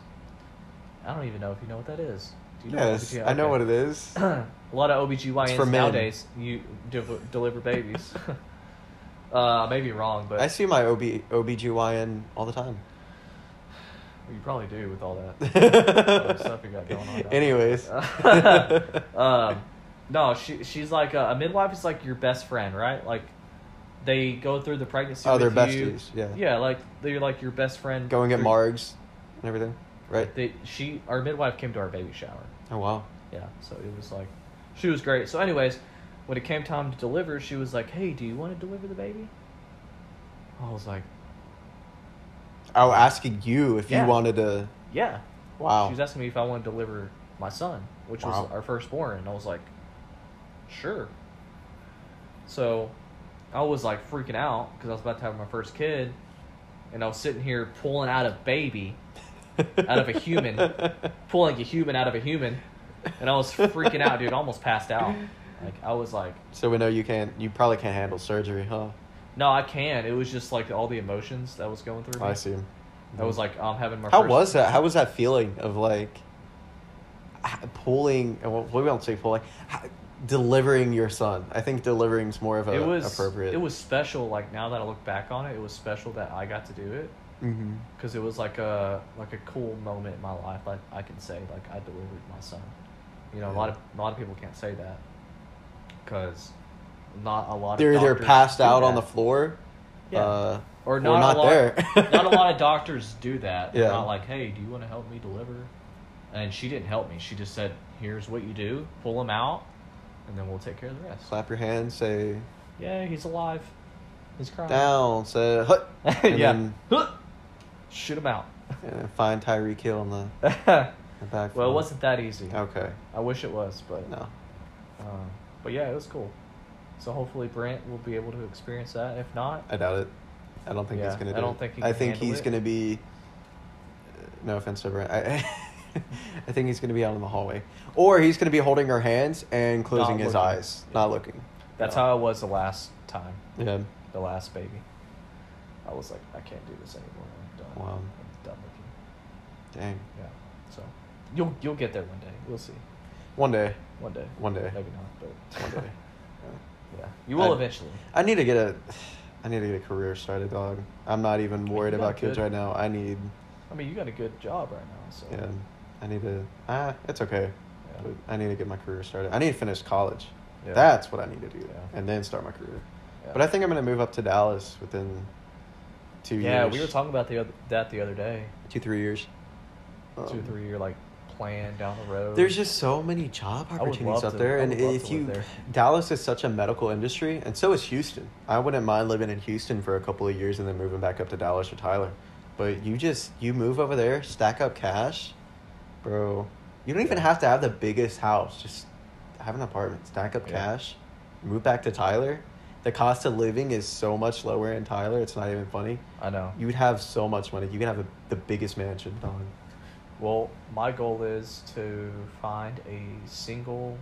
[SPEAKER 1] I don't even know if you know what that is. Do you
[SPEAKER 2] Yes,
[SPEAKER 1] OBGYN?
[SPEAKER 2] I know
[SPEAKER 1] Okay.
[SPEAKER 2] what
[SPEAKER 1] (clears throat)
[SPEAKER 2] it is.
[SPEAKER 1] a lot of OBGYNs
[SPEAKER 2] It's for men.
[SPEAKER 1] nowadays you de- deliver babies. (laughs) uh I may be wrong, but
[SPEAKER 2] I see my OB OBGYN all the time.
[SPEAKER 1] you probably do with all that.
[SPEAKER 2] (laughs)
[SPEAKER 1] stuff you got going on.
[SPEAKER 2] Anyways.
[SPEAKER 1] (laughs)
[SPEAKER 2] (laughs)
[SPEAKER 1] um, no, she she's like uh, a, a midwife is like your best friend, right? Like they go through the pregnancy.
[SPEAKER 2] Oh, they're
[SPEAKER 1] with you.
[SPEAKER 2] besties, yeah.
[SPEAKER 1] Yeah, like they're like your best friend.
[SPEAKER 2] Going at
[SPEAKER 1] through-
[SPEAKER 2] Margs and everything. Right?
[SPEAKER 1] They, she our midwife came to our baby shower.
[SPEAKER 2] Oh wow.
[SPEAKER 1] Yeah, so it was like she was great. So, anyways, when it came time to deliver, she was like, "Hey, do you want to deliver the baby?" I was like,
[SPEAKER 2] I was asking you if
[SPEAKER 1] Yeah.
[SPEAKER 2] you wanted to.
[SPEAKER 1] "Yeah."
[SPEAKER 2] Wow.
[SPEAKER 1] She was asking me if I wanted to deliver my son, which
[SPEAKER 2] Wow.
[SPEAKER 1] was our firstborn, and I was like, sure. So I was like freaking out because I was about to have my first kid, and I was sitting here pulling out a baby, (laughs) out of a
[SPEAKER 2] (laughs)
[SPEAKER 1] human. pulling a human out of a human, and I was freaking out, dude. I almost passed out. Like, I was like,
[SPEAKER 2] so we know you can't. You probably can't handle surgery, huh?
[SPEAKER 1] no, I can. It was just like all the emotions that was going through me.
[SPEAKER 2] I see.
[SPEAKER 1] I was like, I'm having my
[SPEAKER 2] How
[SPEAKER 1] first
[SPEAKER 2] was that? How was that feeling of like h- pulling? uh, Well, we won't say pulling. h- Delivering your son. I think delivering's more of a
[SPEAKER 1] it was
[SPEAKER 2] uh, appropriate.
[SPEAKER 1] It was special. Like now that I look back on it, it was special that I got to do it
[SPEAKER 2] hmm
[SPEAKER 1] because it was like a like a cool moment in my life. Like I can say, like I delivered my son. You know, a lot of a lot of people can't say that because not a lot.
[SPEAKER 2] They're
[SPEAKER 1] of
[SPEAKER 2] either
[SPEAKER 1] doctors
[SPEAKER 2] passed
[SPEAKER 1] do
[SPEAKER 2] out on
[SPEAKER 1] that.
[SPEAKER 2] the floor,
[SPEAKER 1] Yeah.
[SPEAKER 2] uh,
[SPEAKER 1] or not, a lot,
[SPEAKER 2] there.
[SPEAKER 1] (laughs) not a
[SPEAKER 2] (laughs)
[SPEAKER 1] lot of doctors do that. They're
[SPEAKER 2] Yeah.
[SPEAKER 1] not like, hey, do you want to help me deliver? And she didn't help me. She just said, here's what you do: pull him out, and then we'll take care of the rest.
[SPEAKER 2] Clap your hands. Say
[SPEAKER 1] Yeah, he's alive. He's crying.
[SPEAKER 2] down. Say hut.
[SPEAKER 1] (laughs)
[SPEAKER 2] and
[SPEAKER 1] yeah. (laughs)
[SPEAKER 2] then-
[SPEAKER 1] Shoot him out.
[SPEAKER 2] and then find Tyreek Hill in the,
[SPEAKER 1] (laughs) well,
[SPEAKER 2] the back.
[SPEAKER 1] it
[SPEAKER 2] foot.
[SPEAKER 1] wasn't that easy.
[SPEAKER 2] Okay.
[SPEAKER 1] I wish it was, but
[SPEAKER 2] No.
[SPEAKER 1] um, But yeah, it was cool. So hopefully Brent will be able to experience that. If not,
[SPEAKER 2] I doubt it. I don't think he's
[SPEAKER 1] Yeah,
[SPEAKER 2] gonna.
[SPEAKER 1] I
[SPEAKER 2] Do
[SPEAKER 1] don't
[SPEAKER 2] it.
[SPEAKER 1] think he
[SPEAKER 2] I
[SPEAKER 1] can
[SPEAKER 2] think
[SPEAKER 1] handle
[SPEAKER 2] he's
[SPEAKER 1] it.
[SPEAKER 2] gonna be. uh, No offense to Brent. I, (laughs) I think he's gonna be out in the hallway, or he's gonna be holding her hands and closing his
[SPEAKER 1] looking.
[SPEAKER 2] eyes, not looking.
[SPEAKER 1] that's
[SPEAKER 2] Yeah.
[SPEAKER 1] how it was the last time,
[SPEAKER 2] Yeah.
[SPEAKER 1] the last baby. I was like, I can't do this anymore. I'm done.
[SPEAKER 2] Wow.
[SPEAKER 1] I'm done with
[SPEAKER 2] Dang.
[SPEAKER 1] you. Yeah. So you'll you'll get there one day. We'll see.
[SPEAKER 2] One day.
[SPEAKER 1] One day.
[SPEAKER 2] One day.
[SPEAKER 1] Maybe not, but
[SPEAKER 2] (laughs) One day.
[SPEAKER 1] (laughs) yeah, you will
[SPEAKER 2] I-
[SPEAKER 1] eventually.
[SPEAKER 2] I need to get a. I need to get a career started, dog. I'm not even worried
[SPEAKER 1] you're not
[SPEAKER 2] about kids
[SPEAKER 1] good.
[SPEAKER 2] right now. I need.
[SPEAKER 1] I mean, you got a good job right now, so
[SPEAKER 2] Yeah. I need to. Ah, it's okay.
[SPEAKER 1] yeah.
[SPEAKER 2] But I need to get my career started. I need to finish college.
[SPEAKER 1] Yeah.
[SPEAKER 2] That's what I need to do,
[SPEAKER 1] Yeah.
[SPEAKER 2] and then start my career.
[SPEAKER 1] Yeah.
[SPEAKER 2] But I think I'm gonna move up to Dallas within two
[SPEAKER 1] yeah,
[SPEAKER 2] years.
[SPEAKER 1] we were talking about the other, that the other day.
[SPEAKER 2] two three years.
[SPEAKER 1] Two or
[SPEAKER 2] Um,
[SPEAKER 1] three year like plan down the road.
[SPEAKER 2] There's just so many job
[SPEAKER 1] I would
[SPEAKER 2] opportunities
[SPEAKER 1] love
[SPEAKER 2] up
[SPEAKER 1] to-
[SPEAKER 2] there,
[SPEAKER 1] I
[SPEAKER 2] and
[SPEAKER 1] would love
[SPEAKER 2] if
[SPEAKER 1] to live
[SPEAKER 2] you,
[SPEAKER 1] there.
[SPEAKER 2] Dallas is such a medical industry, and so is Houston. I wouldn't mind living in Houston for a couple of years and then moving back up to Dallas or Tyler. But you just you move over there, stack up cash, bro. You don't even
[SPEAKER 1] Yeah.
[SPEAKER 2] have to have the biggest house. Just have an apartment, stack up
[SPEAKER 1] Yeah.
[SPEAKER 2] cash, move back to Tyler. The cost of living is so much lower in Tyler. It's not even funny.
[SPEAKER 1] I know.
[SPEAKER 2] You would have so much money. You could have a, the biggest mansion. Dog.
[SPEAKER 1] Well, my goal is to find a single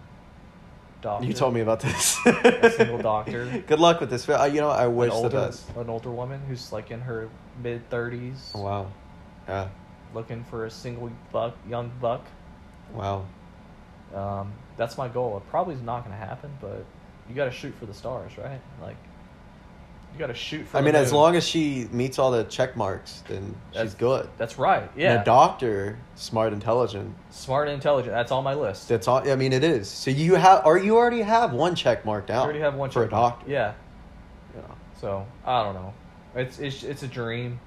[SPEAKER 1] doctor.
[SPEAKER 2] You told me about this.
[SPEAKER 1] (laughs) A single doctor.
[SPEAKER 2] Good luck with this. Uh, You know, I
[SPEAKER 1] an
[SPEAKER 2] wish the
[SPEAKER 1] older,
[SPEAKER 2] best.
[SPEAKER 1] an older woman who's like in her mid thirties,
[SPEAKER 2] Oh, wow. Yeah.
[SPEAKER 1] looking for a single buck, young buck.
[SPEAKER 2] Wow.
[SPEAKER 1] Um, that's my goal. It probably is not going to happen, but you got to shoot for the stars, right? Like, you got to shoot for.
[SPEAKER 2] I
[SPEAKER 1] the
[SPEAKER 2] mean, as
[SPEAKER 1] moon.
[SPEAKER 2] long as she meets all the check marks, then
[SPEAKER 1] That's-
[SPEAKER 2] she's good.
[SPEAKER 1] that's right,
[SPEAKER 2] And
[SPEAKER 1] yeah.
[SPEAKER 2] a doctor, smart, intelligent.
[SPEAKER 1] Smart and intelligent. That's on my list.
[SPEAKER 2] That's all. I mean, it is. So you have, or you already have one check mark
[SPEAKER 1] I
[SPEAKER 2] down.
[SPEAKER 1] already have one
[SPEAKER 2] for a
[SPEAKER 1] check mark.
[SPEAKER 2] doctor.
[SPEAKER 1] Yeah.
[SPEAKER 2] Yeah.
[SPEAKER 1] So I don't know. It's it's it's a dream.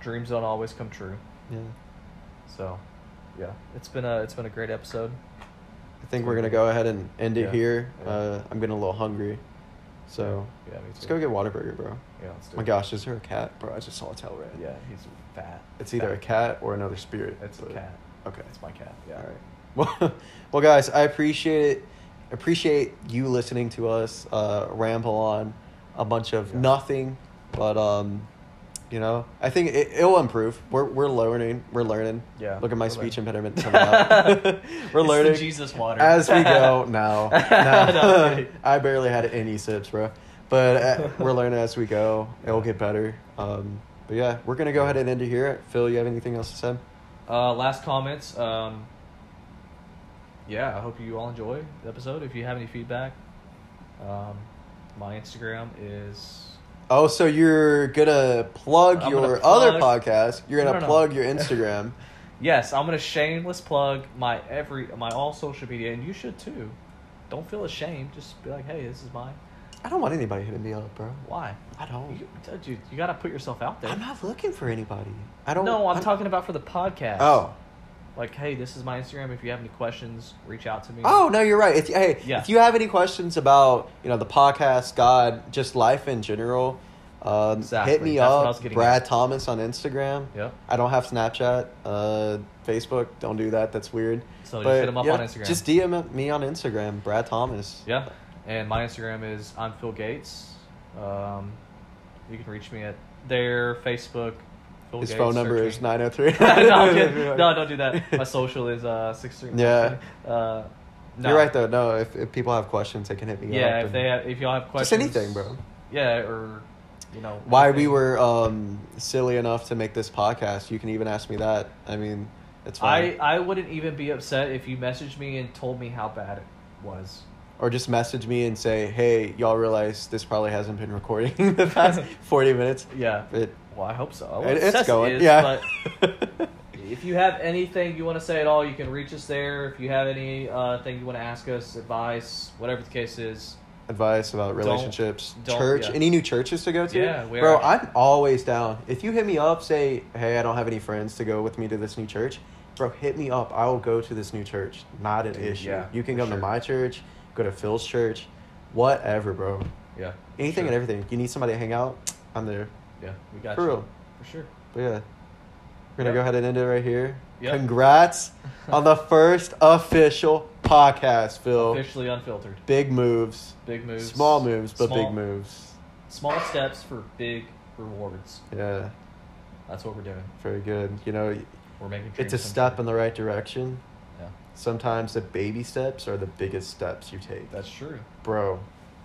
[SPEAKER 1] Dreams don't always come true.
[SPEAKER 2] Yeah.
[SPEAKER 1] So, yeah, it's been a it's been a great episode.
[SPEAKER 2] I think we're gonna go ahead and end it
[SPEAKER 1] Yeah.
[SPEAKER 2] here.
[SPEAKER 1] Yeah.
[SPEAKER 2] Uh, I'm getting a little hungry, so
[SPEAKER 1] yeah, me too.
[SPEAKER 2] let's go get Whataburger, bro.
[SPEAKER 1] Yeah, let's do
[SPEAKER 2] My
[SPEAKER 1] it.
[SPEAKER 2] gosh, is there a cat, bro? I just saw a tail rat.
[SPEAKER 1] Yeah, he's fat.
[SPEAKER 2] It's either a
[SPEAKER 1] Fat.
[SPEAKER 2] cat or another spirit.
[SPEAKER 1] It's a
[SPEAKER 2] but-
[SPEAKER 1] cat.
[SPEAKER 2] Okay.
[SPEAKER 1] It's my cat. Yeah.
[SPEAKER 2] All right. (laughs) Well, well, guys, I appreciate it. Appreciate you listening to us uh, ramble on a bunch of
[SPEAKER 1] Yeah.
[SPEAKER 2] nothing, but um, you know, I think it, it'll improve. We're we're learning. We're learning.
[SPEAKER 1] Yeah,
[SPEAKER 2] Look at my
[SPEAKER 1] we're
[SPEAKER 2] speech
[SPEAKER 1] learning. (laughs)
[SPEAKER 2] impediment coming out. (laughs) we're
[SPEAKER 1] It's the
[SPEAKER 2] learning.
[SPEAKER 1] Jesus water.
[SPEAKER 2] As
[SPEAKER 1] (laughs)
[SPEAKER 2] we go,
[SPEAKER 1] No,
[SPEAKER 2] no, no.
[SPEAKER 1] kidding.
[SPEAKER 2] (laughs) I barely had any sips, bro. But uh, we're learning as we go. It'll get better. Um, but yeah, we're gonna go ahead and end it here. Phil, you have anything else to say?
[SPEAKER 1] Uh, last comments. Um, yeah, I hope you all enjoy the episode. If you have any feedback, um, my Instagram is
[SPEAKER 2] Oh, so you're gonna plug
[SPEAKER 1] I'm
[SPEAKER 2] your
[SPEAKER 1] gonna
[SPEAKER 2] other
[SPEAKER 1] plug-
[SPEAKER 2] podcast? You're
[SPEAKER 1] No,
[SPEAKER 2] gonna
[SPEAKER 1] no, no.
[SPEAKER 2] plug
[SPEAKER 1] (laughs)
[SPEAKER 2] your Instagram.
[SPEAKER 1] yes. I'm gonna shameless plug my every my all social media, and you should too. Don't feel ashamed. Just be like, hey, this is mine.
[SPEAKER 2] I don't want anybody hitting me up, bro.
[SPEAKER 1] Why?
[SPEAKER 2] I don't.
[SPEAKER 1] You, dude, you gotta put yourself out there.
[SPEAKER 2] I'm not looking for anybody. I don't.
[SPEAKER 1] no, I'm
[SPEAKER 2] I-
[SPEAKER 1] talking about for the podcast.
[SPEAKER 2] Oh.
[SPEAKER 1] like hey, this is my Instagram. If you have any questions, reach out to me.
[SPEAKER 2] Oh no, you're right. If hey,
[SPEAKER 1] Yeah.
[SPEAKER 2] if you have any questions about you know the podcast, God, just life in general, um, hit
[SPEAKER 1] Exactly.
[SPEAKER 2] me
[SPEAKER 1] That's what I was
[SPEAKER 2] up.
[SPEAKER 1] getting
[SPEAKER 2] Brad
[SPEAKER 1] at.
[SPEAKER 2] Thomas on Instagram.
[SPEAKER 1] Yep.
[SPEAKER 2] I don't have Snapchat, uh, Facebook. Don't do that. That's weird.
[SPEAKER 1] So just
[SPEAKER 2] But,
[SPEAKER 1] hit 'em up
[SPEAKER 2] yeah,
[SPEAKER 1] on Instagram.
[SPEAKER 2] Just DM me on Instagram, Brad Thomas.
[SPEAKER 1] Yeah, and my Instagram is I'm Phil Gates. Um, you can reach me at their Facebook. Phil
[SPEAKER 2] His
[SPEAKER 1] Gates,
[SPEAKER 2] phone number
[SPEAKER 1] searching.
[SPEAKER 2] is
[SPEAKER 1] (laughs)
[SPEAKER 2] 903.
[SPEAKER 1] no,
[SPEAKER 2] (laughs)
[SPEAKER 1] I'm kidding. No, don't do that. My social is uh six three.
[SPEAKER 2] Yeah.
[SPEAKER 1] Uh, no.
[SPEAKER 2] You're right, though. No, if, if people have questions, they can hit me up.
[SPEAKER 1] Yeah, if
[SPEAKER 2] and-
[SPEAKER 1] they have, if y'all have
[SPEAKER 2] Just
[SPEAKER 1] questions,
[SPEAKER 2] anything, bro.
[SPEAKER 1] Yeah, or you know
[SPEAKER 2] Why we
[SPEAKER 1] anything.
[SPEAKER 2] were um, silly enough to make this podcast, you can even ask me that. I mean, it's
[SPEAKER 1] I
[SPEAKER 2] fine.
[SPEAKER 1] I wouldn't even be upset if you messaged me and told me how bad it was.
[SPEAKER 2] Or just message me and say, hey, y'all realize this probably hasn't been recording (laughs)
[SPEAKER 1] (laughs)
[SPEAKER 2] the past 40 minutes.
[SPEAKER 1] Yeah.
[SPEAKER 2] It,
[SPEAKER 1] Well, I hope so. Well,
[SPEAKER 2] it-
[SPEAKER 1] it
[SPEAKER 2] it's
[SPEAKER 1] says it
[SPEAKER 2] going.
[SPEAKER 1] is,
[SPEAKER 2] yeah.
[SPEAKER 1] but-
[SPEAKER 2] (laughs)
[SPEAKER 1] if you have anything you want to say at all, you can reach us there. If you have any uh, thing you want to ask us, advice, whatever the case is,
[SPEAKER 2] Advice about relationships,
[SPEAKER 1] don't-
[SPEAKER 2] church,
[SPEAKER 1] yeah.
[SPEAKER 2] any new churches to go to.
[SPEAKER 1] Yeah, we
[SPEAKER 2] bro,
[SPEAKER 1] are-
[SPEAKER 2] I'm always down. If you hit me up, say, hey, I don't have any friends to go with me to this new church, bro, hit me up. I will go to this new church. Not an
[SPEAKER 1] Dude,
[SPEAKER 2] issue.
[SPEAKER 1] yeah,
[SPEAKER 2] you can
[SPEAKER 1] for
[SPEAKER 2] come to
[SPEAKER 1] sure.
[SPEAKER 2] my church, go to Phil's church, whatever, bro.
[SPEAKER 1] yeah,
[SPEAKER 2] Anything
[SPEAKER 1] sure.
[SPEAKER 2] and everything. You need somebody to hang out, I'm there.
[SPEAKER 1] Yeah, we got
[SPEAKER 2] For
[SPEAKER 1] you
[SPEAKER 2] real.
[SPEAKER 1] for sure.
[SPEAKER 2] But yeah, we're gonna
[SPEAKER 1] Yeah.
[SPEAKER 2] go ahead and end it right here.
[SPEAKER 1] Yep.
[SPEAKER 2] Congrats on
[SPEAKER 1] (laughs)
[SPEAKER 2] the first official podcast, Phil.
[SPEAKER 1] Officially unfiltered.
[SPEAKER 2] Big moves.
[SPEAKER 1] Big moves.
[SPEAKER 2] Small moves, but
[SPEAKER 1] Small-
[SPEAKER 2] big moves.
[SPEAKER 1] Small steps for big rewards.
[SPEAKER 2] Yeah,
[SPEAKER 1] That's what we're doing.
[SPEAKER 2] very good. You know,
[SPEAKER 1] We're making.
[SPEAKER 2] it's a step in the right direction.
[SPEAKER 1] Yeah,
[SPEAKER 2] Sometimes the baby steps are the biggest steps you take.
[SPEAKER 1] that's true.
[SPEAKER 2] Bro,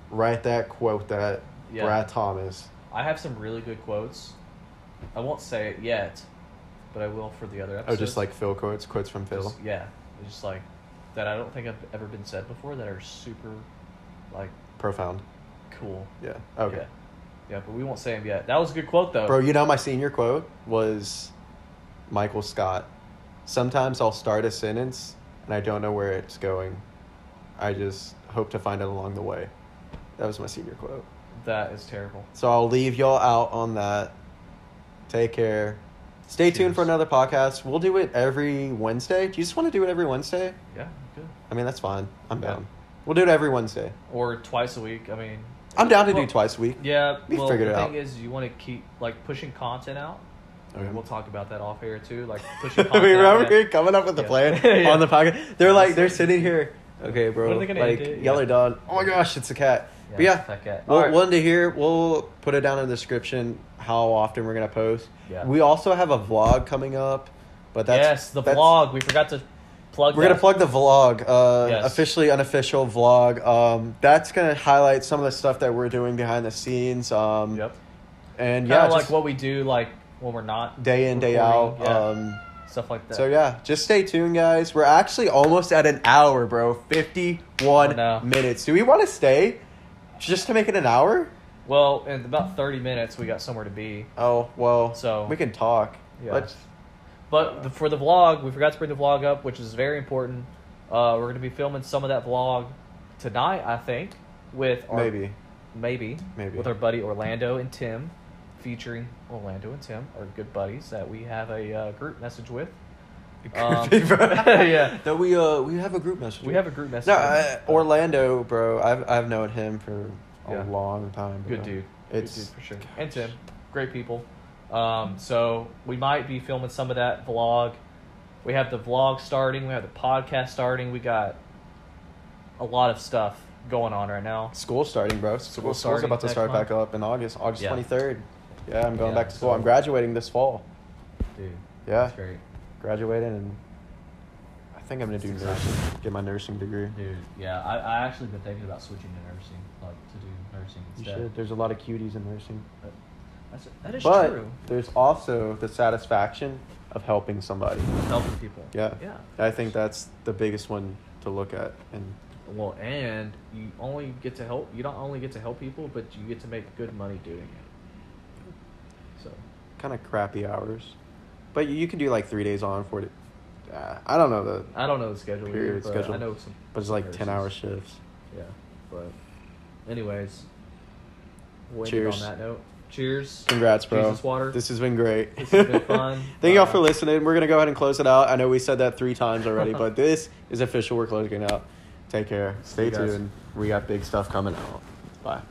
[SPEAKER 2] write that, quote that,
[SPEAKER 1] Yeah.
[SPEAKER 2] Brad Thomas. oh,
[SPEAKER 1] I have some really good quotes. I won't say it yet, but I will for the other
[SPEAKER 2] Oh,
[SPEAKER 1] episodes.
[SPEAKER 2] just like Phil quotes, quotes from Phil.
[SPEAKER 1] Just- yeah, it's just like that. I don't think I've ever been said before that are super, like,
[SPEAKER 2] Profound.
[SPEAKER 1] cool.
[SPEAKER 2] Yeah. Okay.
[SPEAKER 1] Yeah. Yeah, but we won't say them yet. That was a good quote though.
[SPEAKER 2] Bro, you know my senior quote was Michael Scott. Sometimes I'll start a sentence and I don't know where it's going. I just hope to find it along the way. That was my senior quote.
[SPEAKER 1] That is terrible.
[SPEAKER 2] So I'll leave y'all out on that. Take care. Stay tuned
[SPEAKER 1] Cheers.
[SPEAKER 2] for another podcast. We'll do it every Wednesday. Do you just want to do it every Wednesday?
[SPEAKER 1] Yeah, good.
[SPEAKER 2] I mean, that's fine. I'm
[SPEAKER 1] Yeah.
[SPEAKER 2] down. We'll do it every Wednesday.
[SPEAKER 1] Or twice a week. I mean,
[SPEAKER 2] I'm down to
[SPEAKER 1] Well,
[SPEAKER 2] do twice a week.
[SPEAKER 1] Yeah,
[SPEAKER 2] We
[SPEAKER 1] well,
[SPEAKER 2] figured
[SPEAKER 1] the
[SPEAKER 2] it out.
[SPEAKER 1] thing is, you want to keep like pushing content out.
[SPEAKER 2] Okay.
[SPEAKER 1] We'll talk about that off air too.
[SPEAKER 2] (laughs)
[SPEAKER 1] Like pushing
[SPEAKER 2] we
[SPEAKER 1] content.
[SPEAKER 2] remember
[SPEAKER 1] out.
[SPEAKER 2] coming up with the
[SPEAKER 1] Yeah.
[SPEAKER 2] plan
[SPEAKER 1] (laughs) Yeah.
[SPEAKER 2] on the podcast. They're like they're sitting here. Okay, bro.
[SPEAKER 1] What are they gonna
[SPEAKER 2] like
[SPEAKER 1] end it?
[SPEAKER 2] yellow
[SPEAKER 1] Yeah.
[SPEAKER 2] dog. Oh my gosh, it's a cat. but yeah,
[SPEAKER 1] fuck it.
[SPEAKER 2] we'll,
[SPEAKER 1] All right.
[SPEAKER 2] we'll end it here. We'll put it down in the description how often we're gonna post.
[SPEAKER 1] Yeah.
[SPEAKER 2] We also have a vlog coming up, but that's
[SPEAKER 1] yes, the
[SPEAKER 2] that's-
[SPEAKER 1] vlog. We forgot to plug.
[SPEAKER 2] We're gonna
[SPEAKER 1] that.
[SPEAKER 2] plug the vlog, uh,
[SPEAKER 1] Yes.
[SPEAKER 2] officially unofficial vlog. Um, that's gonna highlight some of the stuff that we're doing behind the scenes. Um,
[SPEAKER 1] Yep.
[SPEAKER 2] And
[SPEAKER 1] Kind
[SPEAKER 2] yeah,
[SPEAKER 1] of like
[SPEAKER 2] just
[SPEAKER 1] what we do, like when we're not
[SPEAKER 2] day in day out.
[SPEAKER 1] recording, yeah,
[SPEAKER 2] Um,
[SPEAKER 1] stuff like that.
[SPEAKER 2] So yeah, just stay tuned, guys. We're actually almost at an hour, bro. Fifty-one
[SPEAKER 1] Oh, no.
[SPEAKER 2] minutes. Do we want to stay just to make it an hour?
[SPEAKER 1] Well, in about thirty minutes, we got somewhere to be.
[SPEAKER 2] Oh well.
[SPEAKER 1] So-
[SPEAKER 2] we can talk.
[SPEAKER 1] Yeah.
[SPEAKER 2] Let's-
[SPEAKER 1] But the, for the vlog, we forgot to bring the vlog up, which is very important. Uh, we're gonna be filming some of that vlog tonight, I think, with our
[SPEAKER 2] maybe.
[SPEAKER 1] maybe,
[SPEAKER 2] Maybe.
[SPEAKER 1] with our buddy Orlando and Tim, featuring Orlando and Tim, our good buddies that we have a uh, group message with.
[SPEAKER 2] (laughs)
[SPEAKER 1] Um, (laughs)
[SPEAKER 2] Creepy, bro.
[SPEAKER 1] yeah.
[SPEAKER 2] No, we uh we have a group message.
[SPEAKER 1] We have a group message.
[SPEAKER 2] No,
[SPEAKER 1] with
[SPEAKER 2] uh,
[SPEAKER 1] them.
[SPEAKER 2] Orlando, bro. I've I've known him for a
[SPEAKER 1] Yeah.
[SPEAKER 2] long time.
[SPEAKER 1] good
[SPEAKER 2] bro.
[SPEAKER 1] dude.
[SPEAKER 2] It's
[SPEAKER 1] good dude for sure. And Tim, great people. Um, so we might be filming some of that vlog. We have the vlog starting. We have the podcast starting. We got a lot of stuff going on right now.
[SPEAKER 2] School starting, bro. School, School's
[SPEAKER 1] starting
[SPEAKER 2] about to
[SPEAKER 1] next
[SPEAKER 2] start back
[SPEAKER 1] month.
[SPEAKER 2] up in August, August
[SPEAKER 1] Yeah.
[SPEAKER 2] twenty third. Yeah, I'm going
[SPEAKER 1] Yeah,
[SPEAKER 2] back to school.
[SPEAKER 1] so-
[SPEAKER 2] I'm graduating this fall.
[SPEAKER 1] Dude,
[SPEAKER 2] Yeah.
[SPEAKER 1] that's great.
[SPEAKER 2] graduated and I think I'm gonna do nursing, get my nursing degree.
[SPEAKER 1] Dude, yeah, I, I actually been thinking about switching to nursing, like to do nursing
[SPEAKER 2] You
[SPEAKER 1] instead.
[SPEAKER 2] should. There's a lot of cuties in nursing,
[SPEAKER 1] But that's, that is
[SPEAKER 2] but
[SPEAKER 1] true.
[SPEAKER 2] there's also the satisfaction of helping somebody.
[SPEAKER 1] Helping people.
[SPEAKER 2] Yeah,
[SPEAKER 1] Yeah.
[SPEAKER 2] I think that's the biggest one to look at, and
[SPEAKER 1] Well, and you only get to help. You don't only get to help people, but you get to make good money doing it. So,
[SPEAKER 2] kind of crappy hours. But you can do like three days on, four. Day, uh, I don't know the,
[SPEAKER 1] I don't know the schedule. either,
[SPEAKER 2] Period
[SPEAKER 1] but
[SPEAKER 2] schedule.
[SPEAKER 1] I know some.
[SPEAKER 2] but it's
[SPEAKER 1] some
[SPEAKER 2] like ten hour
[SPEAKER 1] nurses.
[SPEAKER 2] shifts.
[SPEAKER 1] Yeah, but anyways. we'll end it
[SPEAKER 2] Cheers.
[SPEAKER 1] On that note, cheers.
[SPEAKER 2] Congrats, bro.
[SPEAKER 1] Jesus water.
[SPEAKER 2] This has been great.
[SPEAKER 1] This
[SPEAKER 2] (laughs)
[SPEAKER 1] has been fun.
[SPEAKER 2] Thank y'all
[SPEAKER 1] Uh,
[SPEAKER 2] for listening. We're gonna go ahead and close it out. I know we said that three times
[SPEAKER 1] (laughs)
[SPEAKER 2] already, but this is official. We're closing out. Take care. Stay
[SPEAKER 1] you guys.
[SPEAKER 2] tuned. We got big stuff coming out.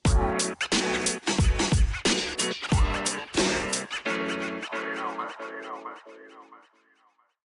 [SPEAKER 2] Bye.